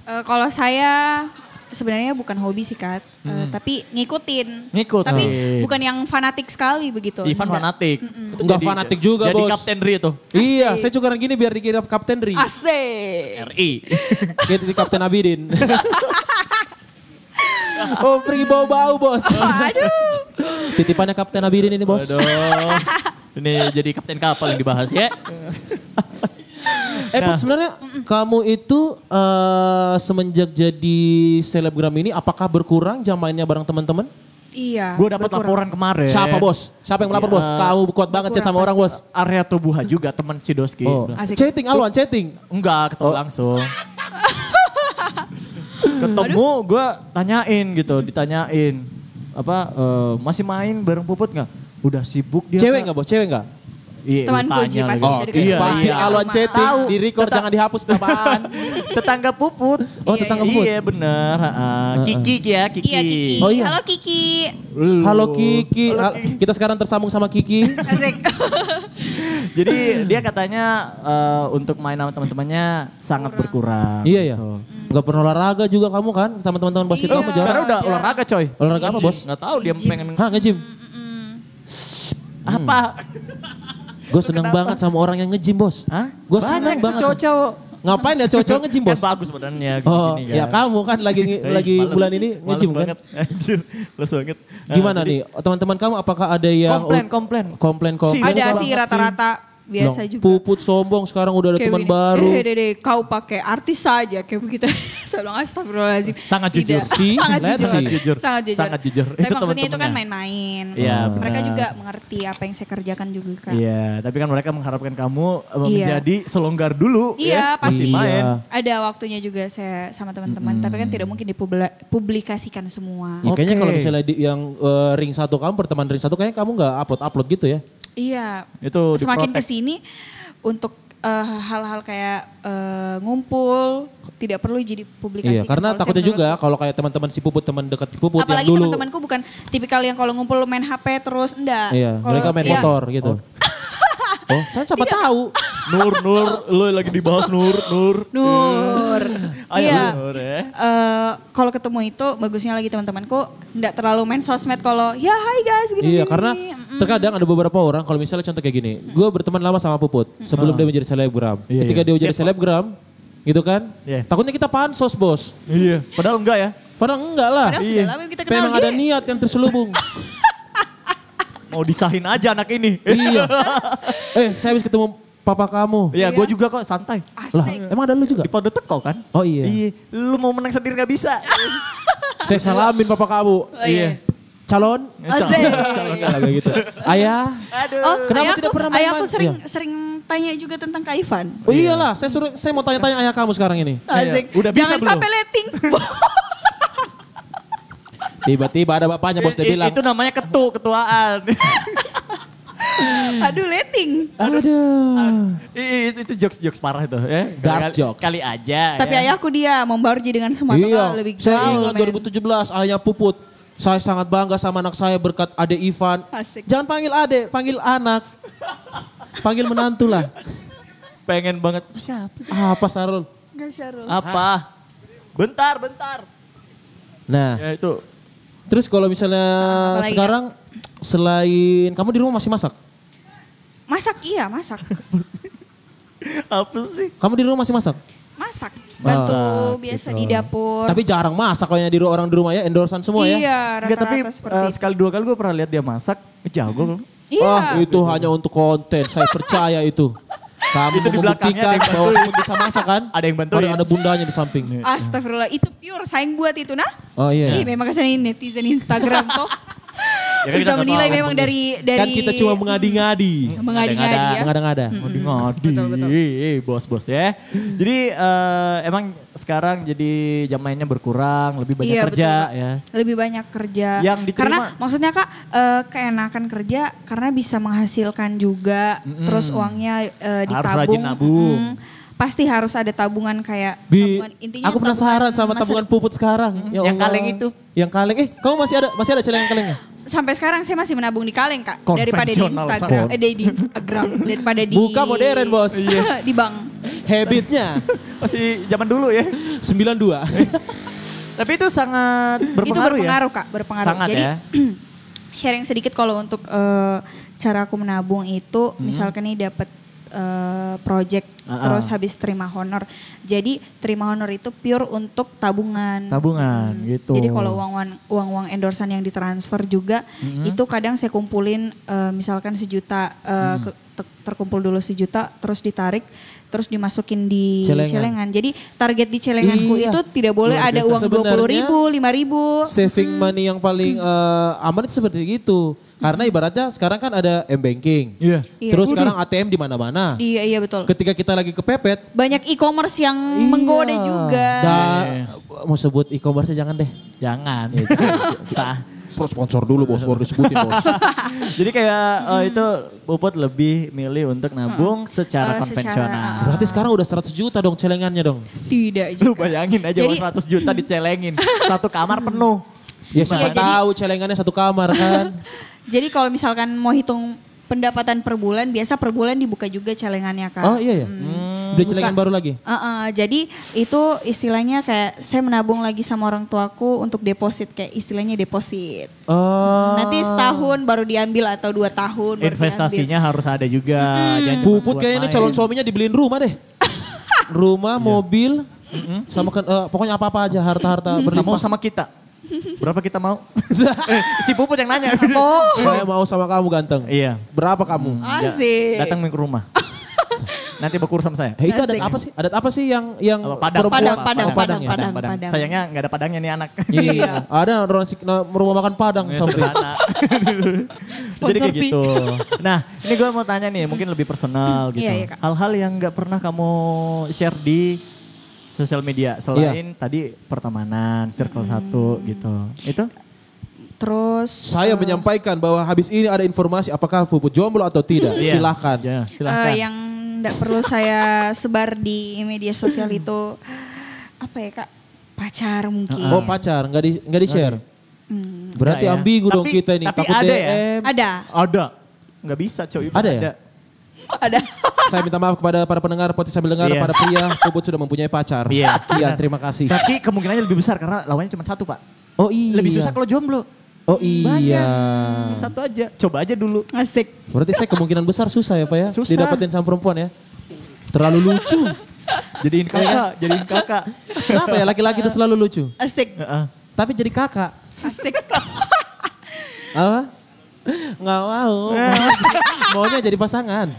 Speaker 4: Eh, kalau saya sebenarnya bukan hobi sih Kat, Eh,
Speaker 3: Hmm.
Speaker 4: tapi ngikutin.
Speaker 3: Ngikut.
Speaker 4: Tapi
Speaker 3: Oke.
Speaker 4: bukan yang fanatik sekali begitu.
Speaker 3: Ivan
Speaker 4: enggak.
Speaker 3: fanatik. Itu
Speaker 5: Nggak
Speaker 3: jadi-
Speaker 5: fanatik juga,
Speaker 3: jadi
Speaker 5: Bos.
Speaker 3: Kapten Ri itu.
Speaker 5: Iya, saya cukuran gini biar dikira Kapten Ri.
Speaker 3: Ah,
Speaker 5: Eh.
Speaker 4: Asik.
Speaker 3: RI.
Speaker 5: Kayak di Kapten Abidin. oh, pergi bau-bau, Bos.
Speaker 4: Aduh.
Speaker 5: Titipannya Kapten Abidin ini, Bos.
Speaker 3: Aduh. Ini jadi kapten kapal yang dibahas ya.
Speaker 5: Eh, Put, sebenarnya kamu itu eh, semenjak jadi selebgram ini apakah berkurang jam mainnya bareng teman-teman?
Speaker 4: Iya.
Speaker 3: Gue dapat laporan kemarin.
Speaker 5: Siapa, Bos? Siapa yang melapor, Bos?
Speaker 3: Eh. Iya.
Speaker 5: Kamu kuat banget chat sama orang, Bos.
Speaker 3: Area Tobuha juga teman si Doski.
Speaker 5: Oh.
Speaker 3: Bilang,
Speaker 4: Asik.
Speaker 5: Chatting, aluan chatting.
Speaker 3: Enggak, ketemu
Speaker 5: Oh.
Speaker 3: langsung. ketemu gue tanyain gitu, ditanyain apa eh, masih main bareng Puput nggak? Udah sibuk dia. nggak?
Speaker 5: Cewek nggak, Bos? Cewek nggak?
Speaker 3: Iya,
Speaker 4: Teman
Speaker 3: lu
Speaker 4: Puji
Speaker 3: tanya lagi.
Speaker 4: pasti Oh, itu dikasih iya, tahu.
Speaker 5: pasti
Speaker 4: iya.
Speaker 5: aluan
Speaker 4: Tahu.
Speaker 5: chatting,
Speaker 3: Tahu.
Speaker 5: di record
Speaker 3: Tetap-
Speaker 5: jangan dihapus berapaan.
Speaker 3: tetangga Puput.
Speaker 5: Oh, tetangga
Speaker 3: iya,
Speaker 5: Puput.
Speaker 3: Iya bener. heeh. Kiki ya, Kiki.
Speaker 4: Iya Kiki.
Speaker 5: Oh, iya.
Speaker 4: Halo Kiki.
Speaker 3: Lu.
Speaker 5: Halo Kiki. Hal- Kita sekarang tersambung sama Kiki.
Speaker 4: Asik.
Speaker 3: Jadi dia katanya eh, untuk main sama teman-temannya sangat berkurang.
Speaker 5: Iya ya. Enggak pernah olahraga juga kamu kan sama teman-teman basket
Speaker 4: Iya.
Speaker 5: kamu jarang.
Speaker 3: Karena Gitu. udah
Speaker 4: jarang.
Speaker 3: olahraga coy.
Speaker 5: Olahraga apa, Bos?
Speaker 3: Nggak tahu dia pengen
Speaker 5: Hah, nge-gym.
Speaker 3: apa.
Speaker 5: Gue seneng banget sama orang yang nge-gym, Bos.
Speaker 3: Hah?
Speaker 5: Gue
Speaker 3: Banyak
Speaker 5: seneng
Speaker 3: tuh
Speaker 5: banget.
Speaker 3: cowok-cowok.
Speaker 5: Ngapain ya cowok-cowok nge-gym,
Speaker 3: Kan
Speaker 5: Bos?
Speaker 3: bagus badannya.
Speaker 5: Oh,
Speaker 3: gini
Speaker 5: ya kamu kan lagi
Speaker 3: Eh,
Speaker 5: lagi
Speaker 3: males.
Speaker 5: bulan ini
Speaker 3: Males
Speaker 5: nge-gym kan. Eh,
Speaker 3: banget. Anjir, males banget. Nah,
Speaker 5: Gimana
Speaker 3: jadi
Speaker 5: nih teman-teman kamu apakah ada yang
Speaker 3: Komplain, komplain.
Speaker 5: komplain komplain?
Speaker 3: Sibuk
Speaker 4: Ada
Speaker 3: banget
Speaker 4: sih
Speaker 3: sih.
Speaker 4: rata-ata biasa
Speaker 5: Dong,
Speaker 4: juga.
Speaker 5: Puput sombong sekarang udah ada
Speaker 4: Kayak
Speaker 5: teman
Speaker 4: begini,
Speaker 5: baru.
Speaker 4: Eh, dede, kau pakai artis saja kayak begitu. Saya bilang astagfirullahaladzim.
Speaker 3: Sangat
Speaker 4: Tidak.
Speaker 3: jujur.
Speaker 5: Si,
Speaker 4: sangat,
Speaker 5: let's
Speaker 4: jujur.
Speaker 5: see.
Speaker 4: sangat jujur. Sangat jujur.
Speaker 3: Sangat jujur.
Speaker 4: Tapi
Speaker 3: Itu
Speaker 4: maksudnya itu kan
Speaker 3: teman-temannya.
Speaker 4: main-main.
Speaker 3: Iya,
Speaker 4: Mereka
Speaker 3: benar.
Speaker 4: juga mengerti apa yang saya kerjakan juga kan.
Speaker 3: Iya, tapi kan mereka mengharapkan kamu eh,
Speaker 4: Iya.
Speaker 3: menjadi selonggar dulu.
Speaker 4: Iya,
Speaker 3: ya. Masih
Speaker 4: pasti.
Speaker 3: main.
Speaker 5: Iya.
Speaker 4: Ada waktunya juga saya sama teman-teman, tapi kan tidak mungkin dipublikasikan semua.
Speaker 5: Ya, kayaknya
Speaker 3: Oke.
Speaker 5: kalau misalnya di, yang eh, ring satu kamu pertemanan ring satu kayaknya kamu nggak upload upload gitu ya?
Speaker 4: Iya.
Speaker 3: Itu
Speaker 4: semakin
Speaker 3: diprotek.
Speaker 4: kesini untuk eh, hal-hal kayak eh, ngumpul tidak perlu jadi publikasi.
Speaker 5: Iya, karena takutnya juga kalau kayak teman-teman si Puput, teman dekat si Puput yang
Speaker 4: Apalagi
Speaker 5: dulu.
Speaker 4: teman-temanku bukan tipikal yang kalau ngumpul main HP terus enggak.
Speaker 5: Iya,
Speaker 4: Kalau-
Speaker 5: mereka main
Speaker 4: iya.
Speaker 5: motor gitu. Oh, saya siapa tahu.
Speaker 3: Nur, Nur, lo lagi dibahas Nur, Nur.
Speaker 4: Nur.
Speaker 3: Ayo
Speaker 4: iya.
Speaker 3: Nur ya.
Speaker 4: Eh, kalau ketemu itu bagusnya lagi teman-temanku enggak terlalu main sosmed kalau ya hai guys begini.
Speaker 5: Iya,
Speaker 4: begini."
Speaker 5: karena terkadang ada beberapa orang kalau misalnya contoh kayak gini, gue berteman lama sama Puput sebelum dia menjadi selebgram.
Speaker 3: Iya,
Speaker 5: Ketika
Speaker 3: iya.
Speaker 5: dia jadi selebgram, gitu kan?
Speaker 3: Iya.
Speaker 5: Takutnya kita pansos, Bos.
Speaker 3: Iya, padahal enggak ya.
Speaker 5: Padahal enggak lah.
Speaker 4: Padahal sudah lama kita kenal
Speaker 5: Memang
Speaker 4: dia.
Speaker 5: ada niat yang terselubung.
Speaker 3: Mau disahin aja anak ini.
Speaker 5: iya. Eh, saya habis ketemu papa kamu.
Speaker 3: Iya, gue juga kok santai.
Speaker 4: Asik.
Speaker 5: Lah, emang ada lu juga?
Speaker 3: Di pondok teko kan?
Speaker 5: Oh iya.
Speaker 3: Iya, lu mau menang sendiri nggak bisa.
Speaker 5: Saya salamin papa kamu.
Speaker 4: iya.
Speaker 5: Calon?
Speaker 4: Asik.
Speaker 5: Calonnya lagi gitu. Ayah?
Speaker 3: Aduh.
Speaker 4: Oh,
Speaker 5: Kenapa
Speaker 4: ayah
Speaker 5: tidak
Speaker 4: aku-
Speaker 5: pernah main
Speaker 4: ayah aku
Speaker 5: main?
Speaker 4: sering
Speaker 5: Iya.
Speaker 4: sering tanya juga tentang Kak Ivan.
Speaker 5: Oh iyalah, saya suruh saya mau tanya-tanya ayah kamu sekarang ini.
Speaker 4: Asik.
Speaker 3: Udah bisa
Speaker 4: Jangan
Speaker 3: belum?
Speaker 4: sampai letting.
Speaker 5: Tiba-tiba ada bapaknya Iya, bos dia
Speaker 3: I-
Speaker 5: bilang.
Speaker 3: Itu namanya ketu, ketuaan.
Speaker 4: Aduh, letting.
Speaker 5: Iya. Aduh.
Speaker 3: Ih, itu, itu jokes jokes parah itu ya.
Speaker 5: Dark
Speaker 3: Kali-
Speaker 5: jokes.
Speaker 3: Kali aja.
Speaker 4: Tapi
Speaker 3: ya.
Speaker 4: ayahku dia membarji dengan semata
Speaker 5: Iya,
Speaker 4: lebih
Speaker 5: saya
Speaker 4: gaul,
Speaker 5: ingat
Speaker 4: men.
Speaker 5: 2017 ayah puput. Saya sangat bangga sama anak saya berkat Ade Ivan.
Speaker 4: Asik.
Speaker 5: Jangan panggil Ade, panggil anak. panggil menantu lah.
Speaker 3: pengen banget siapa?
Speaker 5: Apa Sarul?
Speaker 4: Nggak, Syarul.
Speaker 3: Apa? Bentar, bentar.
Speaker 5: Nah,
Speaker 3: Ya itu
Speaker 5: terus kalau misalnya
Speaker 4: Apa lagi,
Speaker 5: sekarang selain kamu di rumah masih masak?
Speaker 4: Masak iya, masak.
Speaker 3: apa sih?
Speaker 5: Kamu di rumah masih masak?
Speaker 4: Masak. Bantu
Speaker 5: Masak,
Speaker 4: biasa
Speaker 5: Ah, gitu.
Speaker 4: di dapur.
Speaker 5: Tapi jarang masak kayaknya di ru- orang di rumah ya, endorsean semua ya.
Speaker 4: Iya,
Speaker 3: Enggak, tapi
Speaker 4: rata-rata seperti
Speaker 3: eh,
Speaker 4: itu.
Speaker 3: sekali dua kali gue pernah lihat dia masak, jago loh.
Speaker 4: Iya.
Speaker 5: Wah, gitu. itu hanya untuk konten. Saya percaya itu. Kamu
Speaker 3: Itu di belakangnya ada
Speaker 5: membuktikan
Speaker 3: yang
Speaker 5: bahwa
Speaker 3: bantuin.
Speaker 5: kamu bisa masak kan?
Speaker 3: Ada yang bantuin. Iya.
Speaker 5: Ada, ada bundanya di samping.
Speaker 4: Astagfirullah, itu pure saing buat itu nah.
Speaker 5: Oh iya.
Speaker 4: Ih, memang kesana ini netizen Instagram toh.
Speaker 3: Ya kan kita
Speaker 4: Bisa
Speaker 3: nggak
Speaker 4: menilai
Speaker 3: tahu.
Speaker 4: memang dari dari
Speaker 5: Kan kita cuma mengadi-ngadi.
Speaker 4: mengadi-ngadi ya.
Speaker 5: Mengada-ngada.
Speaker 3: Ngadi-ngadi,
Speaker 4: Betul, betul.
Speaker 3: eh, bos-bos ya. Jadi eh, emang sekarang jadi jam mainnya berkurang, lebih banyak
Speaker 4: Iya,
Speaker 3: kerja
Speaker 4: betul, Kak.
Speaker 3: ya.
Speaker 4: Lebih banyak kerja.
Speaker 3: Yang diterima-
Speaker 4: Karena maksudnya Kak eh, keenakan kerja karena bisa menghasilkan juga terus uangnya eh,
Speaker 3: Harus
Speaker 4: ditabung.
Speaker 3: rajin nabung.
Speaker 4: Mm, pasti harus ada tabungan kayak
Speaker 5: Bi,
Speaker 4: tabungan
Speaker 5: aku penasaran sama
Speaker 4: masa-
Speaker 5: tabungan puput sekarang. Ya
Speaker 3: Yang
Speaker 5: Allah.
Speaker 3: kaleng itu.
Speaker 5: Yang kaleng. Eh, kamu masih ada masih ada celengan kalengnya?
Speaker 4: Sampai sekarang saya masih menabung di kaleng Kak daripada di
Speaker 3: Konvensional,
Speaker 4: Instagram
Speaker 3: Sam.
Speaker 4: eh, di di Instagram daripada di
Speaker 5: Buka modern, Bos. Iya.
Speaker 4: di bank.
Speaker 5: Habitnya
Speaker 3: Masih zaman dulu ya.
Speaker 5: 92.
Speaker 3: Tapi itu sangat
Speaker 4: itu
Speaker 3: berpengaruh,
Speaker 4: berpengaruh
Speaker 3: ya.
Speaker 4: kak berpengaruh
Speaker 3: Sangat
Speaker 4: jadi
Speaker 3: ya.
Speaker 4: sharing sedikit kalau untuk eh, cara aku menabung itu
Speaker 3: Hmm.
Speaker 4: misalkan nih dapat eh, project
Speaker 3: Ah, ah.
Speaker 4: terus habis terima honor jadi terima honor itu pure untuk tabungan Hmm.
Speaker 3: Tabungan gitu.
Speaker 4: jadi kalau uang-uang uang-uang endorsan yang ditransfer juga
Speaker 3: Hmm.
Speaker 4: itu kadang saya kumpulin eh, misalkan sejuta
Speaker 3: Hmm.
Speaker 4: eh, ke- ter- terkumpul dulu sejuta terus ditarik terus dimasukin di
Speaker 5: Celengan.
Speaker 4: celengan. Jadi target di celenganku
Speaker 5: Iya.
Speaker 4: itu tidak boleh
Speaker 5: Luar
Speaker 4: ada
Speaker 5: biasa.
Speaker 4: uang
Speaker 5: Sebenarnya-
Speaker 4: dua puluh ribu, lima ribu.
Speaker 5: Saving money yang paling eh, aman itu seperti itu. Karena ibaratnya sekarang kan ada M-banking.
Speaker 3: Iya.
Speaker 4: Iya.
Speaker 5: Terus sekarang ATM di mana-mana.
Speaker 4: Iya iya betul.
Speaker 5: Ketika kita lagi kepepet,
Speaker 4: Banyak e-commerce yang
Speaker 5: Iya.
Speaker 4: menggoda juga.
Speaker 5: Dan mau sebut e-commerce jangan deh.
Speaker 3: Jangan. Iya, Sah.
Speaker 5: Pro sponsor dulu bos, baru disebutin bos.
Speaker 3: Jadi kayak eh,
Speaker 4: Hmm.
Speaker 3: itu Puput lebih milih untuk nabung secara
Speaker 4: Eh,
Speaker 3: konvensional.
Speaker 5: Berarti sekarang udah 100 juta dong celengannya dong.
Speaker 4: Tidak juga.
Speaker 3: Lu bayangin aja uang
Speaker 4: Jadi-
Speaker 3: 100 juta dicelengin. Satu kamar penuh.
Speaker 5: Ya siapa
Speaker 4: Iya, jadi-
Speaker 5: tahu celengannya satu kamar kan.
Speaker 4: Jadi kalau misalkan mau hitung pendapatan per bulan, biasa per bulan dibuka juga celengannya kan.
Speaker 5: oh iya ya.
Speaker 4: Hmm.
Speaker 5: Beli celengan baru lagi.
Speaker 4: jadi itu istilahnya kayak saya menabung lagi sama orang tuaku untuk deposit kayak istilahnya deposit.
Speaker 5: Oh.
Speaker 4: Nanti setahun baru diambil atau dua tahun. baru
Speaker 3: Investasinya harus ada juga. Jangan
Speaker 4: Hmm.
Speaker 3: cuma
Speaker 5: Eh, Puput
Speaker 3: buat
Speaker 5: kayaknya ini
Speaker 3: main.
Speaker 5: calon suaminya dibeliin rumah deh.
Speaker 3: Iya.
Speaker 5: rumah, mobil, sama kan eh, pokoknya apa-apa aja
Speaker 3: Sama
Speaker 5: harta-harta
Speaker 3: mau
Speaker 5: berlimpah.
Speaker 3: sama kita. Berapa kita mau? Eh, si Puput yang nanya.
Speaker 4: Oh.
Speaker 5: Saya mau sama kamu ganteng.
Speaker 3: iya.
Speaker 5: Berapa kamu?
Speaker 4: diambil. Asik.
Speaker 3: Datang ke rumah. Nanti berkur sama saya.
Speaker 5: Eh, itu adat apa sih? Adat apa sih yang yang
Speaker 3: Apa, padang.
Speaker 5: perempuan-
Speaker 4: Padang, padang,
Speaker 5: Oh,
Speaker 4: padang,
Speaker 5: ya?
Speaker 4: padang,
Speaker 3: Padang.
Speaker 4: padang.
Speaker 3: Sayangnya nggak ada padangnya nih anak.
Speaker 5: Iya. Ada orang rumah makan padang
Speaker 3: Ya,
Speaker 5: sampai.
Speaker 3: sederhana. Jadi kayak
Speaker 4: Sponsor, Pi.
Speaker 3: gitu. Nah, ini gue mau tanya nih, mungkin lebih personal gitu.
Speaker 4: Iya, iya, Kak.
Speaker 3: Hal-hal yang nggak pernah kamu share di sosial media selain
Speaker 5: Iya.
Speaker 3: tadi pertemanan, circle
Speaker 4: Hmm.
Speaker 3: satu gitu. Itu
Speaker 4: Terus
Speaker 5: Saya
Speaker 3: Ah.
Speaker 5: menyampaikan bahwa habis ini ada informasi apakah Puput jomblo atau tidak.
Speaker 3: Iya.
Speaker 5: Silahkan.
Speaker 3: Ya,
Speaker 4: Eh,
Speaker 3: silahkan.
Speaker 4: yang tidak perlu saya sebar di media sosial
Speaker 3: Hmm.
Speaker 4: itu apa ya kak pacar mungkin
Speaker 5: Oh pacar, nggak di nggak di share.
Speaker 4: Hmm,
Speaker 5: Berarti
Speaker 3: Ah. Nggak ya.
Speaker 5: ambigu dong
Speaker 3: Tapi-
Speaker 5: kita ini.
Speaker 3: tapi
Speaker 5: Takut
Speaker 3: ada ya?
Speaker 5: DM.
Speaker 4: ada
Speaker 3: Ada. Nggak bisa, coy.
Speaker 5: Ada ya?
Speaker 4: ada
Speaker 5: Saya minta maaf kepada para pendengar, poti sambil dengar,
Speaker 3: Iya.
Speaker 5: para pria, Puput sudah mempunyai pacar.
Speaker 3: Iya.
Speaker 5: Sekian, terima kasih.
Speaker 3: Tapi kemungkinannya lebih besar karena lawannya cuma satu, Pak.
Speaker 5: Oh iya.
Speaker 3: Lebih susah kalau jomblo.
Speaker 5: Oh iya.
Speaker 3: Banyak. Satu aja. Coba aja dulu.
Speaker 4: asik
Speaker 5: Berarti saya kemungkinan besar susah ya Pak ya.
Speaker 3: Susah.
Speaker 5: Didapetin sama perempuan ya. Terlalu lucu.
Speaker 3: Jadiin kakak, jadiin kakak.
Speaker 5: Kenapa ya laki-laki itu selalu lucu.
Speaker 4: asik
Speaker 3: Heeh.
Speaker 5: Tapi jadi kakak.
Speaker 4: asik
Speaker 5: Apa? Nggak mau.
Speaker 3: Eh.
Speaker 5: Maunya jadi pasangan.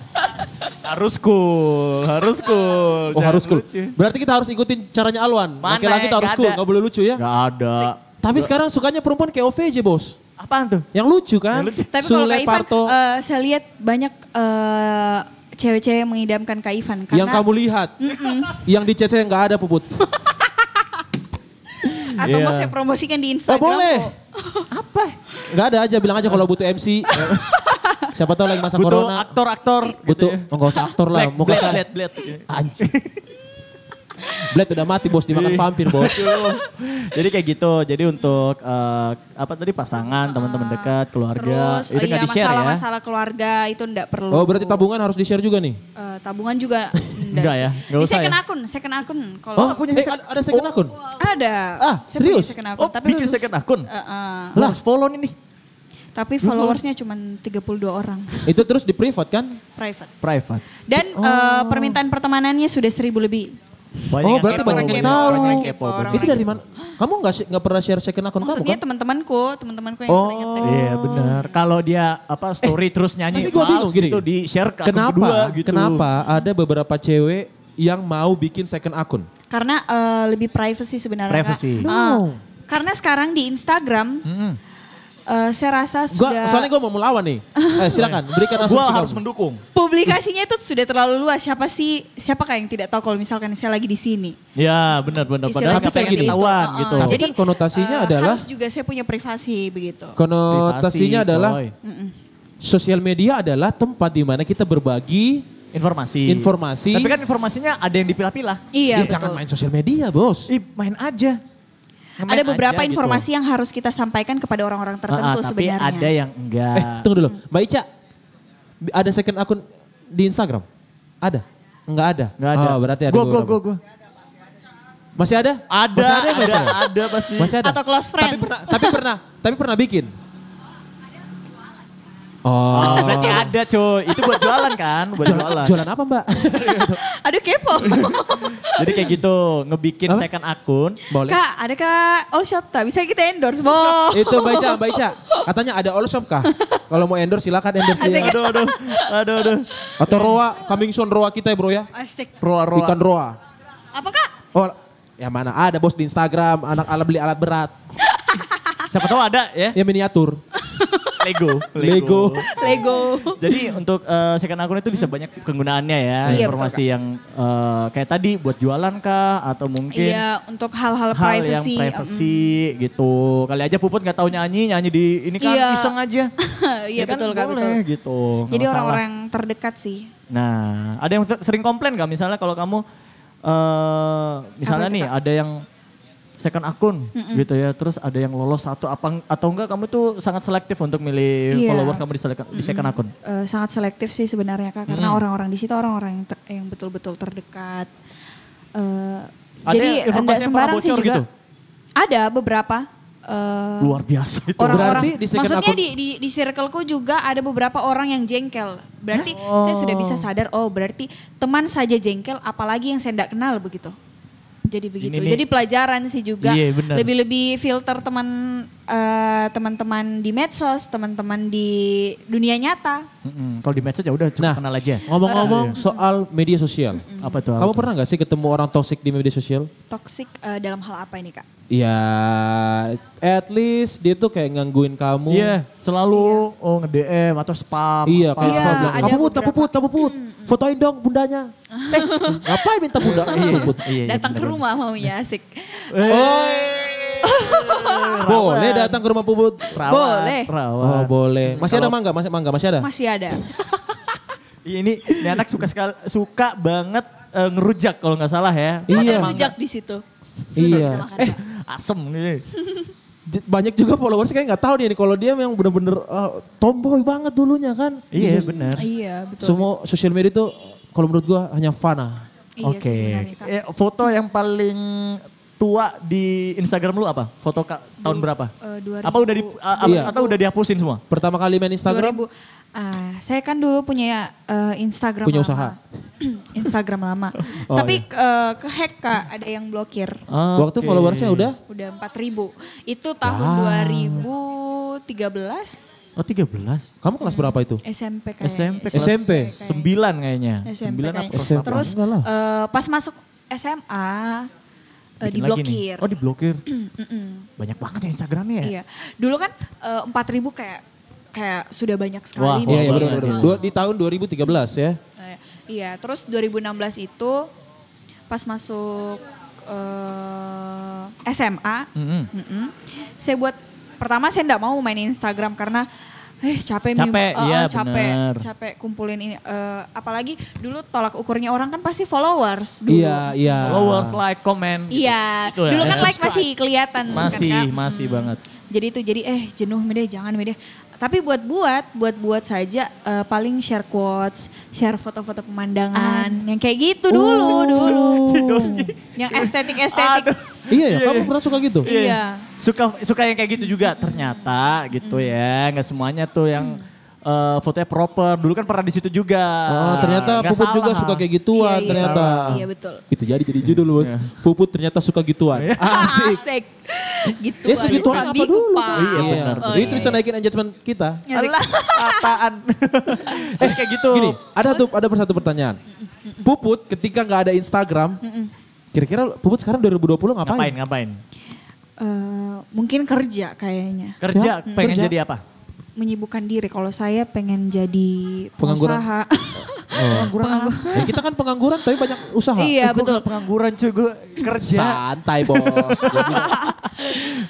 Speaker 3: Harus cool, harus cool.
Speaker 5: Oh harus cool. Berarti kita harus ikutin caranya Alwan.
Speaker 3: Mana,
Speaker 5: Laki-laki kita harus
Speaker 3: nggak
Speaker 5: cool,
Speaker 3: ada.
Speaker 5: nggak boleh lucu ya.
Speaker 3: Gak ada.
Speaker 5: Tapi sekarang sukanya perempuan kayak OVJ bos.
Speaker 3: Apaan tuh?
Speaker 5: Yang lucu kan?
Speaker 3: Yang lucu.
Speaker 4: tapi kalau kak
Speaker 5: Sule
Speaker 4: Ivan
Speaker 5: Parto.
Speaker 4: eh, saya lihat banyak eh, cewek-cewek yang mengidamkan kak Ivan karena
Speaker 5: yang kamu lihat. Yang di CC nggak ada puput.
Speaker 4: atau mau
Speaker 3: Iya. Oh,
Speaker 4: saya promosikan di
Speaker 5: Gak
Speaker 4: Instagram
Speaker 5: boleh.
Speaker 4: kok.
Speaker 5: Apa? Nggak ada aja bilang aja kalau butuh MC. Siapa tahu lagi masa
Speaker 3: Butuh
Speaker 5: corona.
Speaker 3: aktor-aktor
Speaker 5: Butuh
Speaker 3: ya.
Speaker 5: enggak usah aktor lah, mau
Speaker 3: blade,
Speaker 5: kesana.
Speaker 3: blade, blade, gitu.
Speaker 5: Anjing. Blade udah mati bos dimakan
Speaker 3: Iya.
Speaker 5: vampir bos.
Speaker 3: Gitu. Jadi kayak gitu. Jadi untuk eh, apa tadi pasangan, teman-teman dekat, keluarga
Speaker 4: Ah,
Speaker 3: itu
Speaker 4: Terus iya,
Speaker 3: nggak di-share ya.
Speaker 4: masalah-masalah keluarga itu enggak perlu.
Speaker 5: Oh berarti tabungan harus di share juga nih.
Speaker 4: Eh, tabungan juga
Speaker 3: Nggak ya, nggak
Speaker 4: Di
Speaker 3: usah
Speaker 4: second
Speaker 3: ya.
Speaker 4: akun, second akun. Kalau
Speaker 5: Oh, punya ada, ada second akun.
Speaker 4: ada.
Speaker 3: Ah,
Speaker 4: Saya punya
Speaker 5: serius?
Speaker 4: Second akun,
Speaker 3: Oh,
Speaker 4: Eh, tapi
Speaker 3: bikin
Speaker 4: khusus-
Speaker 3: second akun.
Speaker 4: Eh, eh.
Speaker 3: Lah, harus follow nih nih.
Speaker 4: Tapi followersnya cuma 32 orang
Speaker 5: Itu terus di privat kan?
Speaker 4: private.
Speaker 3: Private.
Speaker 4: Dan eh, permintaan pertemanannya sudah seribu lebih.
Speaker 5: oh
Speaker 3: yang
Speaker 5: berarti
Speaker 3: kepo,
Speaker 5: banyak yang
Speaker 4: kepo,
Speaker 5: tahu.
Speaker 4: orang kepo, orang
Speaker 5: Itu dari mana? Kamu nggak sih- nggak pernah share second akun kamu
Speaker 4: Maksudnya
Speaker 5: kan?
Speaker 4: teman-temanku, teman-temanku yang sering ngetik.
Speaker 3: Iya benar. Kalau dia apa story terus nyanyi
Speaker 5: Eh, Tapi gue bingung gini.
Speaker 3: gitu di share ke akun
Speaker 5: kenapa,
Speaker 3: kedua gitu.
Speaker 5: Kenapa ada beberapa cewek yang mau bikin second akun?
Speaker 4: Karena eh, lebih privacy sebenarnya. Kak.
Speaker 3: Privacy.
Speaker 4: Eh, karena sekarang di Instagram eh, saya rasa
Speaker 5: Gua,
Speaker 4: sudah
Speaker 5: soalnya gue mau melawan nih. Eh, silakan berikan asumsi
Speaker 3: Gua
Speaker 5: kamu.
Speaker 3: harus mendukung.
Speaker 4: publikasinya itu sudah terlalu luas. Siapa sih siapa kah yang tidak tahu kalau misalkan saya lagi di sini?
Speaker 3: Ya benar-benar. Padahal
Speaker 4: Istilahnya
Speaker 3: nggak pengen
Speaker 5: kayak gitu.
Speaker 3: ketahuan
Speaker 4: Heeh.
Speaker 3: gitu.
Speaker 5: Tapi kan konotasinya
Speaker 4: eh,
Speaker 5: adalah-
Speaker 4: harus juga saya punya privasi begitu.
Speaker 5: Konotasinya
Speaker 3: Privasi,
Speaker 5: adalah
Speaker 3: coy.
Speaker 5: sosial media adalah tempat di mana kita berbagi
Speaker 3: informasi.
Speaker 5: informasi.
Speaker 3: Tapi kan informasinya ada yang dipilah-pilah.
Speaker 4: Iya,
Speaker 5: Ih,
Speaker 4: betul.
Speaker 5: jangan main sosial media, Bos.
Speaker 3: Ih, main aja. Main
Speaker 4: ada beberapa
Speaker 3: aja
Speaker 4: informasi
Speaker 3: gitu.
Speaker 4: yang harus kita sampaikan kepada orang-orang
Speaker 3: Ah, ah,
Speaker 4: tertentu
Speaker 3: tapi
Speaker 4: sebenarnya.
Speaker 3: ada yang enggak.
Speaker 5: Eh, tunggu dulu. Mbak Ica, bi- ada second akun di Instagram? Ada? Enggak ada.
Speaker 3: Enggak ada.
Speaker 5: Oh, berarti ada.
Speaker 3: Gua gua
Speaker 5: beberapa.
Speaker 3: gua gua.
Speaker 5: Masih ada?
Speaker 3: Ada,
Speaker 5: Masih ada,
Speaker 3: ada,
Speaker 5: Mbak Ica?
Speaker 3: ada, pasti.
Speaker 5: Masih ada.
Speaker 4: Atau close friend.
Speaker 5: Tapi pernah, tapi pernah, tapi pernah bikin. Oh.
Speaker 3: Oh, berarti ada cuy. Itu buat jualan kan? Buat jualan.
Speaker 5: Jualan apa, Mbak?
Speaker 4: Aduh kepo.
Speaker 3: Jadi kayak gitu, ngebikin
Speaker 5: Apa?
Speaker 3: second akun.
Speaker 5: Boleh.
Speaker 4: Kak, ada Kak All Shop tak? Bisa kita endorse, Bo.
Speaker 5: Itu Mbak Ica, Mbak Ica. Katanya ada all shop kah? Kalau mau endorse silakan endorse dia.
Speaker 3: Aduh, aduh, aduh, aduh.
Speaker 5: Atau roa, coming soon roa kita ya bro ya.
Speaker 4: Asik.
Speaker 3: Roa-roa.
Speaker 5: Ikan roa.
Speaker 4: Apa Kak?
Speaker 5: Oh, ya mana ada bos di Instagram, anak ala beli alat berat.
Speaker 3: Siapa tahu ada ya?
Speaker 5: Ya miniatur.
Speaker 3: Lego.
Speaker 5: Lego.
Speaker 4: Lego.
Speaker 3: Jadi untuk eh, second akun itu bisa banyak penggunaannya ya.
Speaker 4: Hmm. Iya,
Speaker 3: informasi
Speaker 4: betul,
Speaker 3: yang eh, kayak tadi buat jualan kah atau mungkin
Speaker 4: Iya, untuk
Speaker 3: hal
Speaker 4: hal-hal
Speaker 3: yang
Speaker 4: privacy. Mm.
Speaker 3: privacy gitu. Kali aja Puput nggak tahu nyanyi, nyanyi di ini kan
Speaker 4: Iya.
Speaker 3: iseng aja.
Speaker 4: mm.
Speaker 3: Ya
Speaker 4: Iya
Speaker 3: kan
Speaker 4: betul Kak,
Speaker 3: boleh
Speaker 4: betul.
Speaker 3: gitu. nggak
Speaker 4: Jadi
Speaker 3: masalah.
Speaker 4: orang-orang terdekat sih.
Speaker 3: Nah, ada yang ser- sering komplain nggak misalnya kalau kamu eh misalnya
Speaker 4: Apa
Speaker 3: nih
Speaker 4: itu, Kak?
Speaker 3: ada yang second akun gitu ya, terus ada yang lolos satu apa atau enggak kamu tuh sangat selektif untuk milih
Speaker 4: Iya.
Speaker 3: follower kamu di selek- di second akun.
Speaker 4: Eh, sangat selektif sih sebenarnya Kak, karena orang-orang di situ orang-orang yang, ter- yang betul-betul terdekat. Eh,
Speaker 3: Ada yang
Speaker 4: jadi
Speaker 3: informasi
Speaker 4: enggak
Speaker 3: yang
Speaker 4: sembarang
Speaker 3: pernah
Speaker 4: sih
Speaker 3: bocor
Speaker 4: juga.
Speaker 3: gitu?
Speaker 4: Ada beberapa eh,
Speaker 3: Luar biasa itu.
Speaker 4: orang-orang
Speaker 5: Berarti di second
Speaker 4: maksudnya
Speaker 5: akun-
Speaker 4: di di di circleku juga ada beberapa orang yang jengkel berarti saya sudah bisa sadar oh berarti teman saja jengkel apalagi yang saya tidak kenal begitu jadi begitu
Speaker 3: nih.
Speaker 4: jadi pelajaran sih juga
Speaker 3: Iya, benar.
Speaker 4: lebih-lebih filter teman eh, teman-teman di medsos teman-teman di dunia nyata
Speaker 3: Mm-mm. Kalau di medsos ya udah cuma
Speaker 5: Nah,
Speaker 3: kenal aja.
Speaker 5: Ngomong-ngomong soal media sosial.
Speaker 3: Apa tuh?
Speaker 5: Kamu
Speaker 3: apa tuh?
Speaker 5: pernah nggak sih ketemu orang toxic di media sosial?
Speaker 4: toxic eh, dalam hal apa ini kak
Speaker 5: Ya, at least dia tuh kayak gangguin kamu.
Speaker 3: Iya, selalu oh nge-DM atau spam.
Speaker 5: Iya,
Speaker 3: apa.
Speaker 5: kayak
Speaker 4: Iya,
Speaker 5: suka bilang,
Speaker 4: ada
Speaker 5: kamu put, kamu
Speaker 4: beberapa. Hmm.
Speaker 5: put, kamu put. Fotoin dong bundanya. eh, ngapain minta bunda? Iya, put.
Speaker 3: Iya, iya,
Speaker 4: datang ke
Speaker 3: bener-bener.
Speaker 4: rumah maunya asik
Speaker 5: Oi. boleh datang ke rumah puput.
Speaker 3: Rawat,
Speaker 4: Ah, Boleh.
Speaker 3: Rawat.
Speaker 5: Oh, boleh. Masih ada mangga, masih mangga, masih ada.
Speaker 4: masih ada
Speaker 3: Iya, ini, ini anak suka sekali, suka banget eh, ngerujak kalau nggak salah ya.
Speaker 5: Iya.
Speaker 4: rujak di situ
Speaker 5: Iya.
Speaker 4: eh
Speaker 3: Asem gitu.
Speaker 5: Di- Banyak juga followers kayak nggak tahu dia nih kalau dia yang bener-bener eh, tomboy banget dulunya kan. Gitu.
Speaker 3: Iya benar.
Speaker 4: iya betul
Speaker 5: Semua sosial media tuh kalau menurut gua hanya fana.
Speaker 4: iya
Speaker 3: Oke.
Speaker 4: sih sebenarnya kak
Speaker 3: Eh, foto yang paling tua di Instagram lu apa? Foto ka- tahun berapa?
Speaker 4: eh, 2000.
Speaker 3: apa udah di a- apa-
Speaker 5: Iya.
Speaker 3: atau udah dihapusin semua?
Speaker 5: Pertama kali main Instagram
Speaker 4: 2000. Ah, saya kan dulu punya eh, Instagram
Speaker 5: Punya
Speaker 4: lama.
Speaker 5: usaha.
Speaker 4: Instagram lama.
Speaker 3: Oh,
Speaker 4: Tapi eh, ke hack Kak, ada yang blokir.
Speaker 5: waktu followersnya udah
Speaker 4: Udah 4000. Itu tahun 2013
Speaker 3: Oh 13.
Speaker 5: kamu kelas berapa itu?
Speaker 4: SMP
Speaker 3: SMP
Speaker 4: kayaknya.
Speaker 3: kelas
Speaker 5: SMP.
Speaker 3: 9 kayaknya.
Speaker 4: SMP
Speaker 3: 9 apa
Speaker 4: kayaknya.
Speaker 3: kelas berapa?
Speaker 4: Terus
Speaker 5: Enggak lah.
Speaker 4: eh, pas masuk SMA eh,
Speaker 3: Bikin lagi nih.
Speaker 4: diblokir.
Speaker 3: Oh diblokir. Banyak banget ya Instagramnya ya.
Speaker 4: Iya. Dulu kan eh, 4000 kayak kayak sudah banyak
Speaker 3: Wah,
Speaker 4: sekali.
Speaker 5: Iya, iya
Speaker 3: Wah,
Speaker 5: benar
Speaker 3: banget.
Speaker 5: benar. Dua- Di tahun 2013 ya.
Speaker 4: Eh, Iya, terus 2016 itu pas masuk eh, SMA,
Speaker 3: Mm-mm.
Speaker 4: mm-mm, saya buat pertama saya enggak mau main Instagram karena eh capek Mi.
Speaker 3: Capek,
Speaker 4: Eh, eh,
Speaker 3: iya,
Speaker 4: capek,
Speaker 3: benar.
Speaker 4: capek kumpulin ini. Eh, apalagi dulu tolak ukurnya orang kan pasti followers dulu.
Speaker 5: Iya, iya.
Speaker 3: Followers, like, comment.
Speaker 4: Iya,
Speaker 3: Gitu ya,
Speaker 4: dulu kan
Speaker 3: ya.
Speaker 4: like masih kelihatan. kan,
Speaker 3: Masih,
Speaker 4: Kak?
Speaker 3: masih
Speaker 4: Hmm.
Speaker 3: banget.
Speaker 4: Jadi itu jadi eh jenuh deh, jangan deh. Tapi buat buat, buat buat saja eh, paling share quotes, share foto-foto pemandangan, yang kayak gitu
Speaker 5: Uh.
Speaker 4: dulu dulu. yang estetik estetik.
Speaker 5: Iya ya, kamu pernah suka gitu?
Speaker 4: Iya.
Speaker 3: Suka suka yang kayak gitu juga ternyata gitu
Speaker 4: Mm.
Speaker 3: ya. Nggak semuanya tuh yang eh, fotonya proper. Dulu kan pernah di situ juga.
Speaker 4: Ah,
Speaker 5: Oh, ternyata
Speaker 3: Nggak
Speaker 5: Puput juga
Speaker 3: salah.
Speaker 5: suka kayak gituan
Speaker 4: Iya, iya.
Speaker 5: ternyata.
Speaker 4: Iya, betul.
Speaker 5: Itu jadi jadi judul, Bos. Puput ternyata suka gituan. Ah,
Speaker 4: Asik. Gitu.
Speaker 5: Ya segituan apa dulu?
Speaker 3: Oh,
Speaker 5: Iya. Pak?
Speaker 4: Iya,
Speaker 5: Iya, Itu bisa naikin engagement kita.
Speaker 3: Apaan? Eh, kayak gitu.
Speaker 5: Gini, ada tuh ada persatu
Speaker 4: Mm,
Speaker 5: pertanyaan. Puput ketika nggak ada Instagram, kira-kira Puput sekarang 2020
Speaker 3: Ngapain,
Speaker 5: ngapain?
Speaker 3: ngapain?
Speaker 4: Eh, mungkin kerja kayaknya.
Speaker 3: Kerja,
Speaker 5: Ya,
Speaker 3: pengen
Speaker 5: kerja.
Speaker 3: jadi apa?
Speaker 4: Menyibukkan diri kalau saya pengen jadi
Speaker 5: Pengangguran.
Speaker 4: pengusaha.
Speaker 3: Oh. Pengangguran.
Speaker 5: Ya, kita kan pengangguran tapi banyak usaha.
Speaker 4: iya,
Speaker 3: Gue
Speaker 4: betul.
Speaker 3: nggak pengangguran cuy, gue kerja.
Speaker 5: Santai bos. Jadi,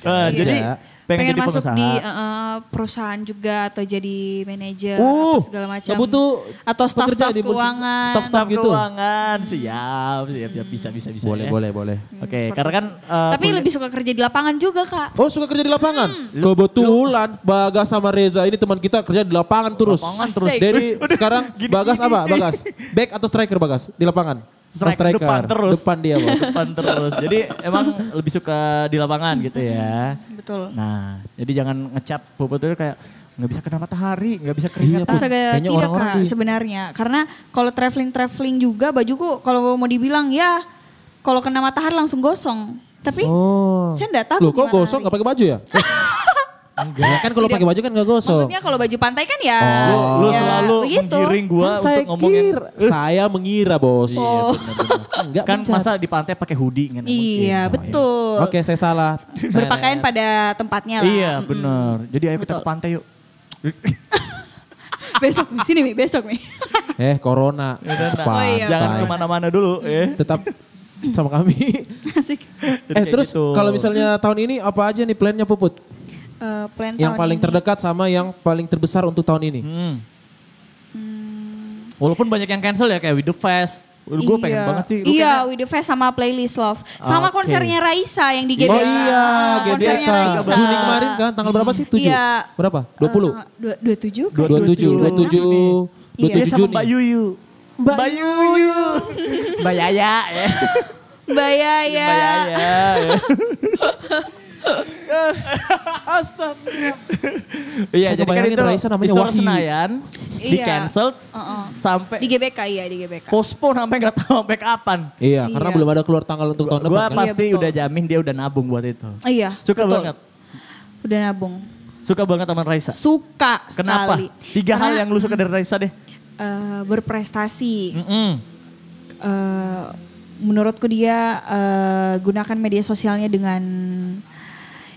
Speaker 3: Eh, jadi
Speaker 5: Iya.
Speaker 3: pengen, jadi
Speaker 4: masuk
Speaker 3: pengusaha.
Speaker 4: di eh, eh, perusahaan juga atau jadi manajer
Speaker 5: Uh,
Speaker 4: atau segala macam.
Speaker 5: nggak butuh
Speaker 4: atau
Speaker 5: pekerja
Speaker 4: staff-staff
Speaker 5: di posisi-
Speaker 4: keuangan.
Speaker 5: staff-staff
Speaker 3: Staff
Speaker 5: gitu.
Speaker 3: keuangan, siap, siap, siap, bisa, bisa, bisa.
Speaker 5: Boleh,
Speaker 3: ya.
Speaker 5: boleh, boleh.
Speaker 3: Oke, karena kan
Speaker 5: uh,
Speaker 3: eh,
Speaker 4: Hmm, Tapi
Speaker 3: kuliah-
Speaker 4: lebih suka kerja di lapangan juga, Kak.
Speaker 5: Oh suka kerja di lapangan?
Speaker 4: Hmm.
Speaker 5: Kebetulan Bagas sama Reza ini teman kita kerja di lapangan terus.
Speaker 3: Lapangan
Speaker 4: terus. Asik.
Speaker 5: Jadi sekarang Bagas apa? Bagas? Back atau striker Bagas di lapangan? Oh,
Speaker 3: striker depan terus.
Speaker 5: Depan dia bos.
Speaker 3: depan terus. Jadi emang lebih suka di lapangan gitu ya.
Speaker 4: Betul.
Speaker 3: Nah, jadi jangan ngecap bobot itu kayak nggak bisa kena matahari, nggak
Speaker 5: Iya,
Speaker 3: bisa keringetan.
Speaker 5: Put.
Speaker 4: Astaga,
Speaker 5: Kayaknya
Speaker 4: tidak
Speaker 5: orang-orang
Speaker 4: kak
Speaker 5: di-
Speaker 4: sebenarnya. Karena kalau traveling-traveling juga bajuku kalau mau dibilang ya kalau kena matahari langsung gosong. Tapi
Speaker 5: Oh.
Speaker 4: saya enggak tahu
Speaker 5: Loh kok gosong gak pakai baju ya? Enggak. kan kalau pakai baju kan gak gosong. Oh.
Speaker 4: Maksudnya kalau baju pantai kan ya.
Speaker 3: Lu, lu
Speaker 4: ya,
Speaker 3: selalu
Speaker 4: begitu.
Speaker 3: menggiring gua
Speaker 5: Kan
Speaker 3: untuk
Speaker 5: saya
Speaker 3: ngomong yang
Speaker 5: kira- saya mengira bos. Enggak
Speaker 3: kan
Speaker 5: menjudge.
Speaker 3: masa di pantai pakai hoodie kan?
Speaker 4: Iya, betul.
Speaker 5: Oh, Oke saya salah.
Speaker 4: Berpakaian pada tempatnya lah.
Speaker 3: Iya,
Speaker 4: Mm-mm.
Speaker 3: benar. Jadi ayo kita ke pantai yuk.
Speaker 4: Besok Mi. sini Mi, besok Mi.
Speaker 5: Eh corona.
Speaker 4: Oh, iya.
Speaker 5: Pantai.
Speaker 3: Jangan kemana-mana dulu ya.
Speaker 5: Tetap sama kami.
Speaker 4: Asik.
Speaker 3: Jadi
Speaker 5: eh
Speaker 3: kayak
Speaker 5: terus
Speaker 3: gitu.
Speaker 5: kalau misalnya tahun ini apa aja nih plannya Puput?
Speaker 4: Eh, plan
Speaker 5: Yang
Speaker 4: tahun
Speaker 5: paling
Speaker 4: ini.
Speaker 5: terdekat sama yang paling terbesar untuk tahun ini.
Speaker 3: Hmm. Walaupun banyak yang cancel ya kayak With The Fest. Gue pengen
Speaker 4: Hmm. Iya.
Speaker 3: banget sih. Lu
Speaker 4: Iya,
Speaker 3: kayaknya-
Speaker 4: With The Fest sama Playlist Love. Sama
Speaker 3: Oke.
Speaker 4: konsernya Raisa yang di GBK.
Speaker 5: Oh iya,
Speaker 4: Ah,
Speaker 5: GBK.
Speaker 4: Konsernya Raisa.
Speaker 5: Juni kemarin kan tanggal berapa sih? 7.
Speaker 4: Iya.
Speaker 5: Berapa? 20.
Speaker 4: Eh, dua, 27 ke
Speaker 5: 27, 27,
Speaker 4: Iya.
Speaker 3: Dia sama
Speaker 5: 27 Juni.
Speaker 3: Mbak Yuyu.
Speaker 5: Mbak
Speaker 3: Yuyu. Mbak Yaya ya.
Speaker 4: Mbak Yaya.
Speaker 3: Mbak Yaya. ya. Iya, jadi kan
Speaker 5: Saya kebayangin
Speaker 3: itu
Speaker 5: Raisa namanya
Speaker 3: Istora
Speaker 5: Wahyu.
Speaker 3: Senayan
Speaker 4: Iya.
Speaker 3: di cancel
Speaker 4: Uh-uh.
Speaker 3: sampai
Speaker 4: Di GBK iya di GBK.
Speaker 3: postpone sampai nggak tahu sampai kapan.
Speaker 5: Iya, karena
Speaker 4: Iya.
Speaker 5: belum ada keluar tanggal untuk tahun
Speaker 3: Gua
Speaker 5: depan. kan?
Speaker 3: pasti
Speaker 4: Iya, betul.
Speaker 3: udah jamin dia udah nabung buat itu.
Speaker 4: Iya.
Speaker 3: Suka
Speaker 4: betul.
Speaker 3: banget.
Speaker 4: Udah nabung.
Speaker 3: Suka banget sama Raisa.
Speaker 4: Suka
Speaker 3: Kenapa?
Speaker 4: sekali.
Speaker 3: Tiga hal
Speaker 4: Karena,
Speaker 3: yang lu suka dari Raisa deh.
Speaker 4: eh, berprestasi.
Speaker 3: Mm-mm.
Speaker 4: Eh, menurutku dia eh, gunakan media sosialnya dengan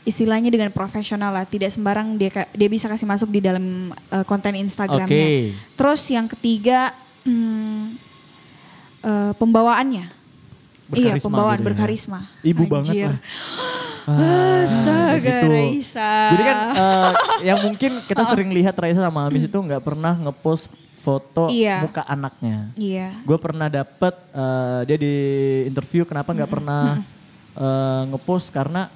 Speaker 4: istilahnya dengan profesional lah. Tidak sembarang dia ka- dia bisa kasih masuk di dalam eh, konten Instagramnya.
Speaker 3: Oke.
Speaker 4: Terus yang ketiga hmm, eh, pembawaannya. Iya,
Speaker 3: Berkarisma
Speaker 4: pembawaan
Speaker 3: gitu ya.
Speaker 4: berkarisma.
Speaker 3: Ibu banget
Speaker 4: Anjir.
Speaker 3: lah.
Speaker 4: Astaga,
Speaker 3: gitu.
Speaker 4: Raisa.
Speaker 3: Jadi kan eh, yang mungkin kita sering lihat Raisa sama Amis itu nggak pernah ngepost foto
Speaker 4: Iya.
Speaker 3: muka anaknya.
Speaker 4: Iya.
Speaker 3: Gue pernah dapet eh, dia di interview kenapa nggak pernah eh, ngepost karena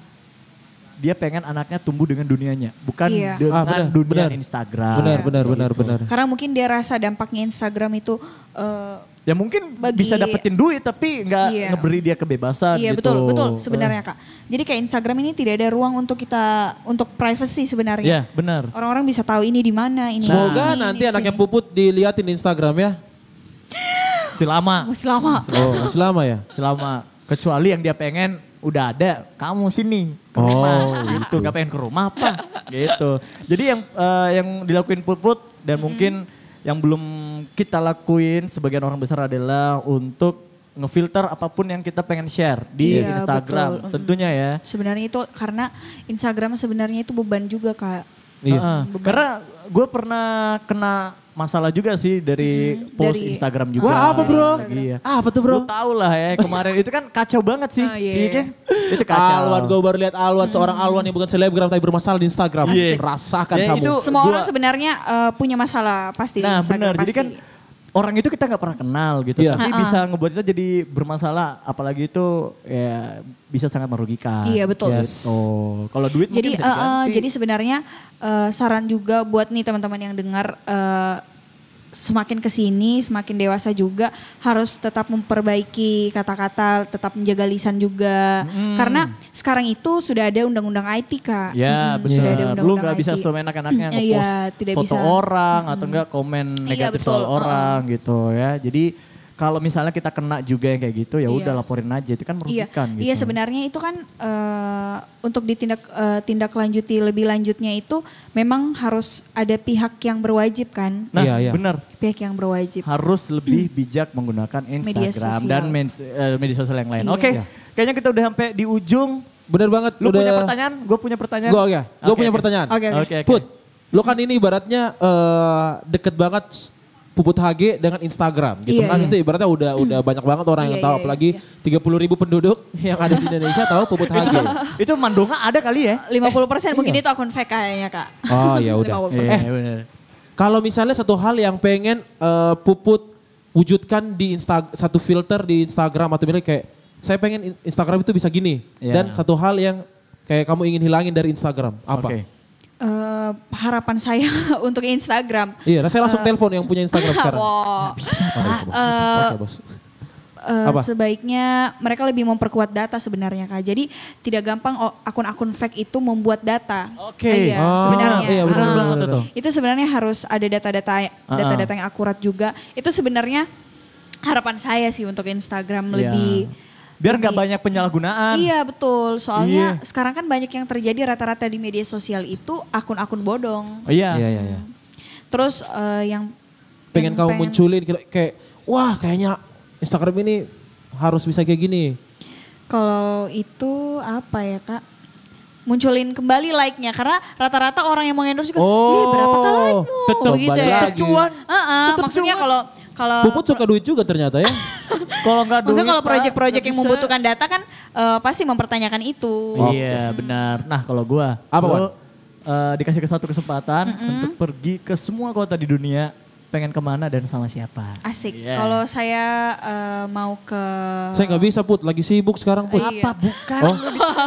Speaker 3: dia pengen anaknya tumbuh dengan dunianya, bukan
Speaker 4: Iya.
Speaker 3: dengan
Speaker 5: Ah, benar,
Speaker 3: dunia
Speaker 5: benar.
Speaker 3: Instagram.
Speaker 5: Benar, benar, benar,
Speaker 3: Nah.
Speaker 5: benar.
Speaker 4: Karena mungkin dia rasa dampaknya Instagram itu eh,
Speaker 3: Ya mungkin
Speaker 4: Bagi-
Speaker 3: bisa dapetin duit tapi nggak
Speaker 4: Iya.
Speaker 3: ngeberi dia kebebasan
Speaker 4: Iya
Speaker 3: gitu.
Speaker 4: betul betul sebenarnya kak. Jadi kayak Instagram ini tidak ada ruang untuk kita untuk
Speaker 3: Iya,
Speaker 4: privacy sebenarnya.
Speaker 3: benar.
Speaker 4: Orang-orang bisa tahu ini di mana ini. di
Speaker 5: Semoga nanti
Speaker 4: sini, Nah, ini di
Speaker 5: anaknya
Speaker 4: sini.
Speaker 5: Puput diliatin di Instagram ya.
Speaker 3: Selama
Speaker 4: masih lama.
Speaker 5: Oh, selama ya.
Speaker 3: selama kecuali yang dia pengen udah ada kamu sini ke rumah gitu nggak pengen ke rumah apa gitu jadi yang eh, yang dilakuin puput dan mungkin yang belum kita lakuin sebagian orang besar adalah untuk ngefilter apapun yang kita pengen share di
Speaker 4: Iya,
Speaker 3: Instagram
Speaker 4: betul.
Speaker 3: tentunya ya
Speaker 4: Sebenarnya itu karena Instagram sebenarnya itu beban juga kak.
Speaker 5: Iya.
Speaker 3: Heeh. karena gue pernah kena masalah juga sih dari post
Speaker 4: dari-
Speaker 3: Instagram juga.
Speaker 5: Wah apa bro?
Speaker 3: Iya.
Speaker 5: Apa tuh bro?
Speaker 3: Lu tau lah ya kemarin itu kan kacau banget sih.
Speaker 4: Oh,
Speaker 3: Iya
Speaker 4: iya, iya.
Speaker 3: kan? Itu kacau.
Speaker 5: Alwan, gue baru lihat Alwan, seorang Alwan yang bukan selebgram tapi bermasalah di Instagram.
Speaker 3: Asik.
Speaker 5: Rasakan
Speaker 3: Ya,
Speaker 5: kamu.
Speaker 3: itu-
Speaker 4: Semua
Speaker 3: Gua-
Speaker 4: orang sebenarnya eh, punya masalah pasti. di
Speaker 3: Nah
Speaker 4: Instagram,
Speaker 3: benar, jadi
Speaker 4: pasti.
Speaker 3: kan orang itu kita nggak pernah kenal gitu.
Speaker 5: Iya.
Speaker 3: Tapi bisa ngebuat kita jadi bermasalah, apalagi itu ya bisa sangat merugikan.
Speaker 4: Iya, betul.
Speaker 3: Yes. Oh, kalau duit mungkin
Speaker 4: jadi
Speaker 3: bisa
Speaker 4: eh, eh,
Speaker 3: diganti.
Speaker 4: jadi sebenarnya eh, saran juga buat nih teman-teman yang dengar eh, semakin kesini semakin dewasa juga harus tetap memperbaiki kata-kata tetap menjaga lisan juga karena sekarang itu sudah ada undang-undang IT kak
Speaker 3: Ya
Speaker 5: Iya,
Speaker 4: Mhm, sudah ada
Speaker 3: benar. Lu
Speaker 4: undang-undang
Speaker 3: nggak bisa
Speaker 4: IT.
Speaker 3: seenak-enaknya
Speaker 4: Iya,
Speaker 3: ngepost
Speaker 4: tidak
Speaker 3: foto
Speaker 4: bisa.
Speaker 3: orang atau enggak komen
Speaker 4: Iya,
Speaker 3: negatif
Speaker 4: betul.
Speaker 3: soal orang gitu ya. Jadi kalau misalnya kita kena juga yang kayak gitu ya udah laporin aja itu kan
Speaker 4: Iya,
Speaker 3: merugikan gitu.
Speaker 4: iya sebenarnya itu kan eh, untuk ditindak eh, tindak lanjuti lebih lanjutnya itu memang harus ada pihak yang berwajib kan,
Speaker 3: Nah,
Speaker 5: Iya, iya.
Speaker 3: benar.
Speaker 4: pihak yang berwajib.
Speaker 3: harus lebih bijak menggunakan
Speaker 4: Media
Speaker 3: Instagram
Speaker 4: sosial.
Speaker 3: dan mens- eh, media sosial yang lain.
Speaker 4: Iya.
Speaker 3: Oke, kayaknya kita udah sampai di ujung.
Speaker 5: Bener banget.
Speaker 3: Lu
Speaker 5: udah,
Speaker 3: punya pertanyaan? Gue punya pertanyaan.
Speaker 5: Gue ya. Gue
Speaker 3: Oke,
Speaker 5: punya
Speaker 3: oke.
Speaker 5: pertanyaan.
Speaker 4: Oke, oke.
Speaker 3: Oke, oke.
Speaker 5: Put, lo kan ini ibaratnya eh, deket banget s- Puput HG dengan Instagram gitu
Speaker 4: Iya,
Speaker 5: kan
Speaker 4: iya.
Speaker 5: itu ibaratnya udah udah banyak banget orang yang
Speaker 4: Iya,
Speaker 5: tahu
Speaker 4: iya,
Speaker 5: apalagi 30 ribu penduduk yang ada di Indonesia tahu Puput HG.
Speaker 3: Itu Mandonga ada kali ya?
Speaker 4: 50 persen mungkin itu akun fake kayaknya kak.
Speaker 5: Oh Iya. ya udah.
Speaker 4: 50%.
Speaker 5: Eh,
Speaker 3: benar.
Speaker 5: Kalau misalnya satu hal yang pengen eh, Puput wujudkan di Insta satu filter di Instagram atau milik kayak saya pengen in- Instagram itu bisa gini
Speaker 3: Iya.
Speaker 5: dan satu hal yang kayak kamu ingin hilangin dari Instagram apa?
Speaker 3: Oke.
Speaker 4: Eh, harapan saya untuk Instagram,
Speaker 5: Iya, nah saya langsung
Speaker 4: Eh.
Speaker 5: telepon yang punya Instagram sekarang.
Speaker 4: wow,
Speaker 5: Aduh, bos. Bisa ya, bos.
Speaker 4: Eh,
Speaker 5: Apa?
Speaker 4: sebaiknya mereka lebih memperkuat data sebenarnya kak. Jadi tidak gampang oh, akun-akun fake itu membuat data.
Speaker 3: Oke.
Speaker 4: Iya,
Speaker 5: Ah,
Speaker 4: sebenarnya.
Speaker 5: iya, benar,
Speaker 4: Ah.
Speaker 5: benar, benar, benar.
Speaker 4: Itu sebenarnya harus ada data-data ya,
Speaker 3: Ah,
Speaker 4: data-data yang akurat juga. Itu sebenarnya harapan saya sih untuk
Speaker 3: Iya.
Speaker 4: Instagram lebih
Speaker 3: Biar nggak
Speaker 4: lebih-
Speaker 3: banyak penyalahgunaan.
Speaker 4: Iya betul, soalnya
Speaker 3: Iya.
Speaker 4: sekarang kan banyak yang terjadi rata-rata di media sosial itu akun-akun bodong.
Speaker 3: Oh, iya.
Speaker 5: Iya, iya, iya.
Speaker 4: Terus eh, yang
Speaker 5: Pengen
Speaker 4: yang
Speaker 5: kamu munculin kira- kayak wah kayaknya Instagram ini harus bisa kayak gini.
Speaker 4: Eh. Kalau itu apa ya kak? Munculin kembali like-nya karena rata-rata orang yang mengendorse juga, "Ih, berapa kali like-mu?"
Speaker 5: Oh, tetep
Speaker 4: begitu
Speaker 5: balik
Speaker 4: ya.
Speaker 5: lagi.
Speaker 3: Cuan.
Speaker 4: Heeh,
Speaker 3: Tetep
Speaker 4: maksudnya
Speaker 3: cuan.
Speaker 4: kalau kalau
Speaker 5: Puput suka duit juga ternyata
Speaker 4: Eh.
Speaker 5: ya.
Speaker 3: Kalau nggak duit.
Speaker 4: maksudnya kalau
Speaker 3: Pak,
Speaker 4: proyek-proyek
Speaker 3: nggak
Speaker 4: yang
Speaker 3: bisa.
Speaker 4: membutuhkan data kan eh, pasti mempertanyakan itu.
Speaker 5: Oh,
Speaker 3: Iya benar. Nah kalau gue.
Speaker 5: Apa, Wan?
Speaker 3: dikasih ke satu kesempatan untuk pergi ke semua kota di dunia. Pengen kemana dan sama siapa.
Speaker 4: Asik.
Speaker 3: Iya.
Speaker 4: Kalau saya eh, mau ke
Speaker 5: saya nggak bisa Put, lagi sibuk sekarang Put.
Speaker 4: Iya.
Speaker 3: Apa bukan?
Speaker 5: Oh,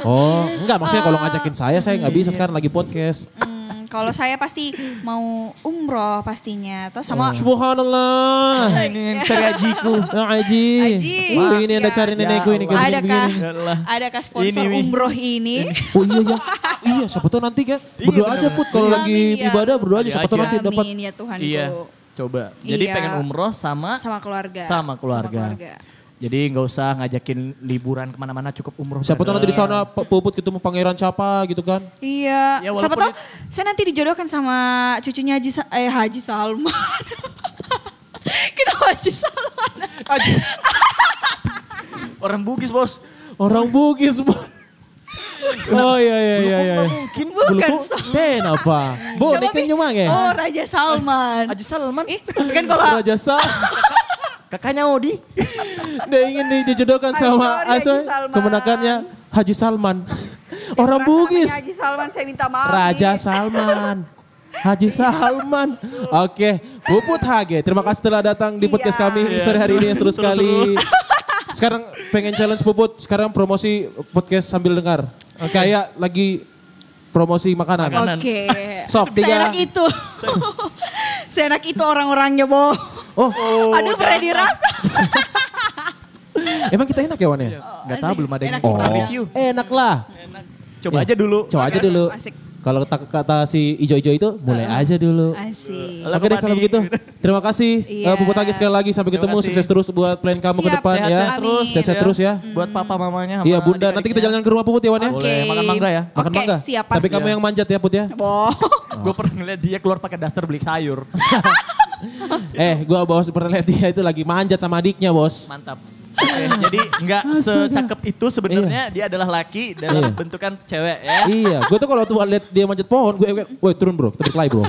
Speaker 5: oh, enggak maksudnya kalau ngajakin saya saya nggak
Speaker 4: Eh.
Speaker 5: bisa sekarang lagi podcast.
Speaker 4: Hmm, kalau saya pasti mau umroh pastinya atau
Speaker 5: Oh.
Speaker 4: sama Iya.
Speaker 5: Subhanallah.
Speaker 3: Ini yang cari ajiku.
Speaker 5: Ya Aji.
Speaker 4: Aji.
Speaker 5: Wah, ini ada
Speaker 4: Ya.
Speaker 5: cari nenekku ini kayak
Speaker 4: ada
Speaker 5: begini-begini.
Speaker 4: kah
Speaker 3: Ya Allah.
Speaker 4: ada kah sponsor
Speaker 3: Ini, Wi.
Speaker 4: umroh ini?
Speaker 5: Oh iya ya. Iya, siapa tahu nanti kan. Berdoa aja Put kalau lagi
Speaker 4: Amin, ya.
Speaker 5: ibadah berdoa aja
Speaker 3: Iya
Speaker 5: siapa tahu
Speaker 3: aja.
Speaker 5: nanti dapat.
Speaker 4: Amin ya Tuhan.
Speaker 3: Iya, Coba. Jadi
Speaker 4: Iya.
Speaker 3: pengen umroh sama
Speaker 4: Sama keluarga.
Speaker 3: Sama keluarga. Jadi nggak usah ngajakin liburan kemana-mana cukup umroh.
Speaker 5: Siapa tahu
Speaker 3: bareng.
Speaker 5: nanti di sana Pak Puput ketemu pangeran siapa gitu kan.
Speaker 4: Iya.
Speaker 3: Ya,
Speaker 4: Siapa
Speaker 3: walaupun
Speaker 4: tahu saya nanti dijodohkan sama cucunya Haji Sa- eh, Haji Salman. Kenapa Haji Salman?
Speaker 3: Orang Bugis bos.
Speaker 5: Orang Bugis, Bud. Oh iya iya iya iya.
Speaker 3: Nggak mungkin.
Speaker 4: Bukan
Speaker 5: Bulu kok ten apa? Bu,
Speaker 4: Siapa,
Speaker 5: nekeng
Speaker 4: Bi?
Speaker 5: nyemang ya?
Speaker 4: Oh Raja Salman.
Speaker 3: Haji Salman.
Speaker 4: Ih, kan kalau
Speaker 5: Raja Sa,
Speaker 3: Kakaknya Odi.
Speaker 5: dia ingin nih dijodohkan
Speaker 4: I'm
Speaker 5: sama
Speaker 4: sorry, Haji
Speaker 5: Asoy,
Speaker 4: Salman.
Speaker 5: kemenakannya Haji Salman. Orang
Speaker 4: perasaan
Speaker 5: Bugis,
Speaker 4: namanya Haji Salman saya minta maaf.
Speaker 5: Raja
Speaker 4: nih.
Speaker 5: Salman. Haji Salman. Oke, Puput Hage. Terima kasih telah datang di podcast
Speaker 4: Iya.
Speaker 5: kami sore hari ini. Seru sekali. Sekarang pengen challenge Puput. Sekarang promosi podcast sambil dengar. Kayak lagi promosi makanan.
Speaker 4: Oke.
Speaker 5: Sok, tiga.
Speaker 4: Seenak itu. Seenak itu orang-orangnya, Bo.
Speaker 5: Oh,
Speaker 4: Aduh, pernah dirasa.
Speaker 5: emang kita enak ya Wan ya?
Speaker 3: Gak tahu belum ada yang
Speaker 4: Enak juga.
Speaker 3: pernah review.
Speaker 5: Enak lah.
Speaker 3: Coba aja dulu.
Speaker 5: Iya. Coba aja dulu.
Speaker 4: Asik.
Speaker 5: Kalau kata, kata si ijo-ijo itu mulai aja dulu.
Speaker 4: Asik.
Speaker 5: Oke deh kalau
Speaker 3: Lakukan di-
Speaker 5: begitu. Terima kasih
Speaker 4: Iya.
Speaker 5: eh, Puput Agi sekali lagi sampai
Speaker 3: Terima
Speaker 5: ketemu
Speaker 3: kasih.
Speaker 5: sukses terus buat plan kamu ke
Speaker 4: Siap,
Speaker 5: depan ya.
Speaker 4: sehat-sehat terus.
Speaker 5: Sehat-sehat terus ya.
Speaker 3: gitu Buat papa mamanya. sama
Speaker 5: Iya Bunda, nanti kita
Speaker 3: adik-adiknya.
Speaker 5: jalan ke rumah Puput ya Wan ya.
Speaker 4: Oke.
Speaker 3: Boleh, makan mangga ya.
Speaker 5: Makan
Speaker 4: Oke,
Speaker 5: mangga.
Speaker 4: siap,
Speaker 5: Tapi
Speaker 4: pasti.
Speaker 5: kamu yang manjat ya Put ya.
Speaker 4: Bo.
Speaker 3: Gue pernah ngeliat dia keluar pakai daster beli sayur.
Speaker 5: Eh, gua bawa pernah lihat dia itu lagi manjat sama adiknya, Bos.
Speaker 3: Mantap. Oke, jadi nggak secakep itu sebenarnya dia adalah laki dalam
Speaker 5: Iya.
Speaker 3: bentukan cewek ya.
Speaker 5: iya, gue tuh kalau tuh lihat dia manjat pohon, gue, gue, woi turun bro, kita berkelahi bro.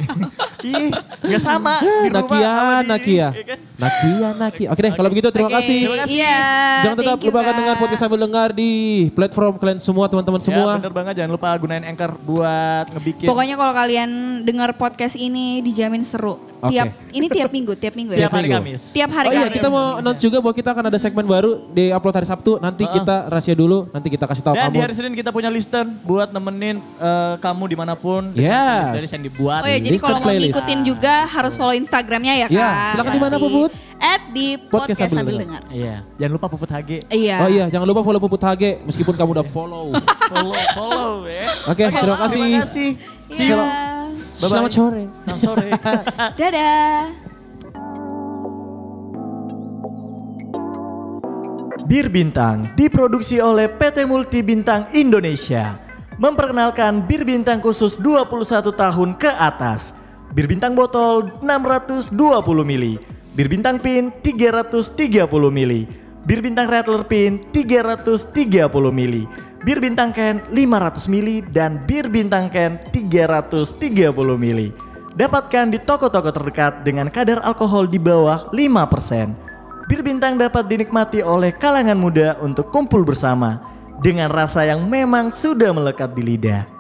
Speaker 3: Ih, gak sama. Di rumah
Speaker 5: Iya. Nakia,
Speaker 3: sama di-
Speaker 5: Nakia.
Speaker 3: ya kan?
Speaker 5: Nakia, Nakia. Oke deh, kalau begitu terima
Speaker 4: Oke,
Speaker 5: kasih.
Speaker 4: Iya.
Speaker 5: Jangan tetap
Speaker 4: thank you,
Speaker 5: lupa akan
Speaker 4: Kak.
Speaker 5: dengar podcast sambil dengar di platform kalian semua teman-teman semua. Oh
Speaker 3: Ya, bener banget. Jangan lupa gunain anchor buat ngebikin.
Speaker 4: Pokoknya kalau kalian dengar podcast ini dijamin seru.
Speaker 5: Oke.
Speaker 4: Tiap ini tiap minggu, tiap minggu ya.
Speaker 3: tiap hari
Speaker 5: minggu.
Speaker 3: Kamis.
Speaker 4: Tiap hari
Speaker 5: oh iya,
Speaker 4: Kamis.
Speaker 5: kita mau announce juga bahwa kita akan ada segmen baru di upload hari Sabtu. Nanti kita rahasia dulu, nanti kita kasih tahu
Speaker 3: Dan
Speaker 5: kamu.
Speaker 3: di hari Senin kita punya listen buat nemenin eh, kamu dimanapun.
Speaker 5: Yes.
Speaker 3: Dari yang dibuat.
Speaker 4: Oh iya, jadi
Speaker 5: List dan
Speaker 4: kalau mau
Speaker 5: playlist.
Speaker 4: ngikutin juga harus follow Instagramnya ya kak.
Speaker 5: Iya, silakan di mana,
Speaker 4: Pasti.
Speaker 5: Puput?
Speaker 4: At di podcast, sambil, dengar.
Speaker 3: Iya. Jangan lupa puput hage.
Speaker 4: Iya.
Speaker 5: Oh iya, jangan lupa follow Puput Hage meskipun kamu udah follow. Oke,
Speaker 3: Follow, follow ya.
Speaker 5: terima kasih.
Speaker 3: Terima kasih.
Speaker 4: Iya.
Speaker 3: Bye-bye.
Speaker 5: Selamat sore.
Speaker 3: Selamat sore. Ah.
Speaker 4: Dadah.
Speaker 3: Bir Bintang diproduksi oleh PT Multi Bintang Indonesia. Memperkenalkan bir bintang khusus 21 tahun ke atas. Bir bintang botol 620 ml. Bir bintang pin 330 ml. Bir bintang rattler pin 330 ml. Bir bintang can 500 ml dan bir bintang can 330 ml. Dapatkan di toko-toko terdekat dengan kadar alkohol di bawah 5%. Bir Bintang dapat dinikmati oleh kalangan muda untuk kumpul bersama dengan rasa yang memang sudah melekat di lidah.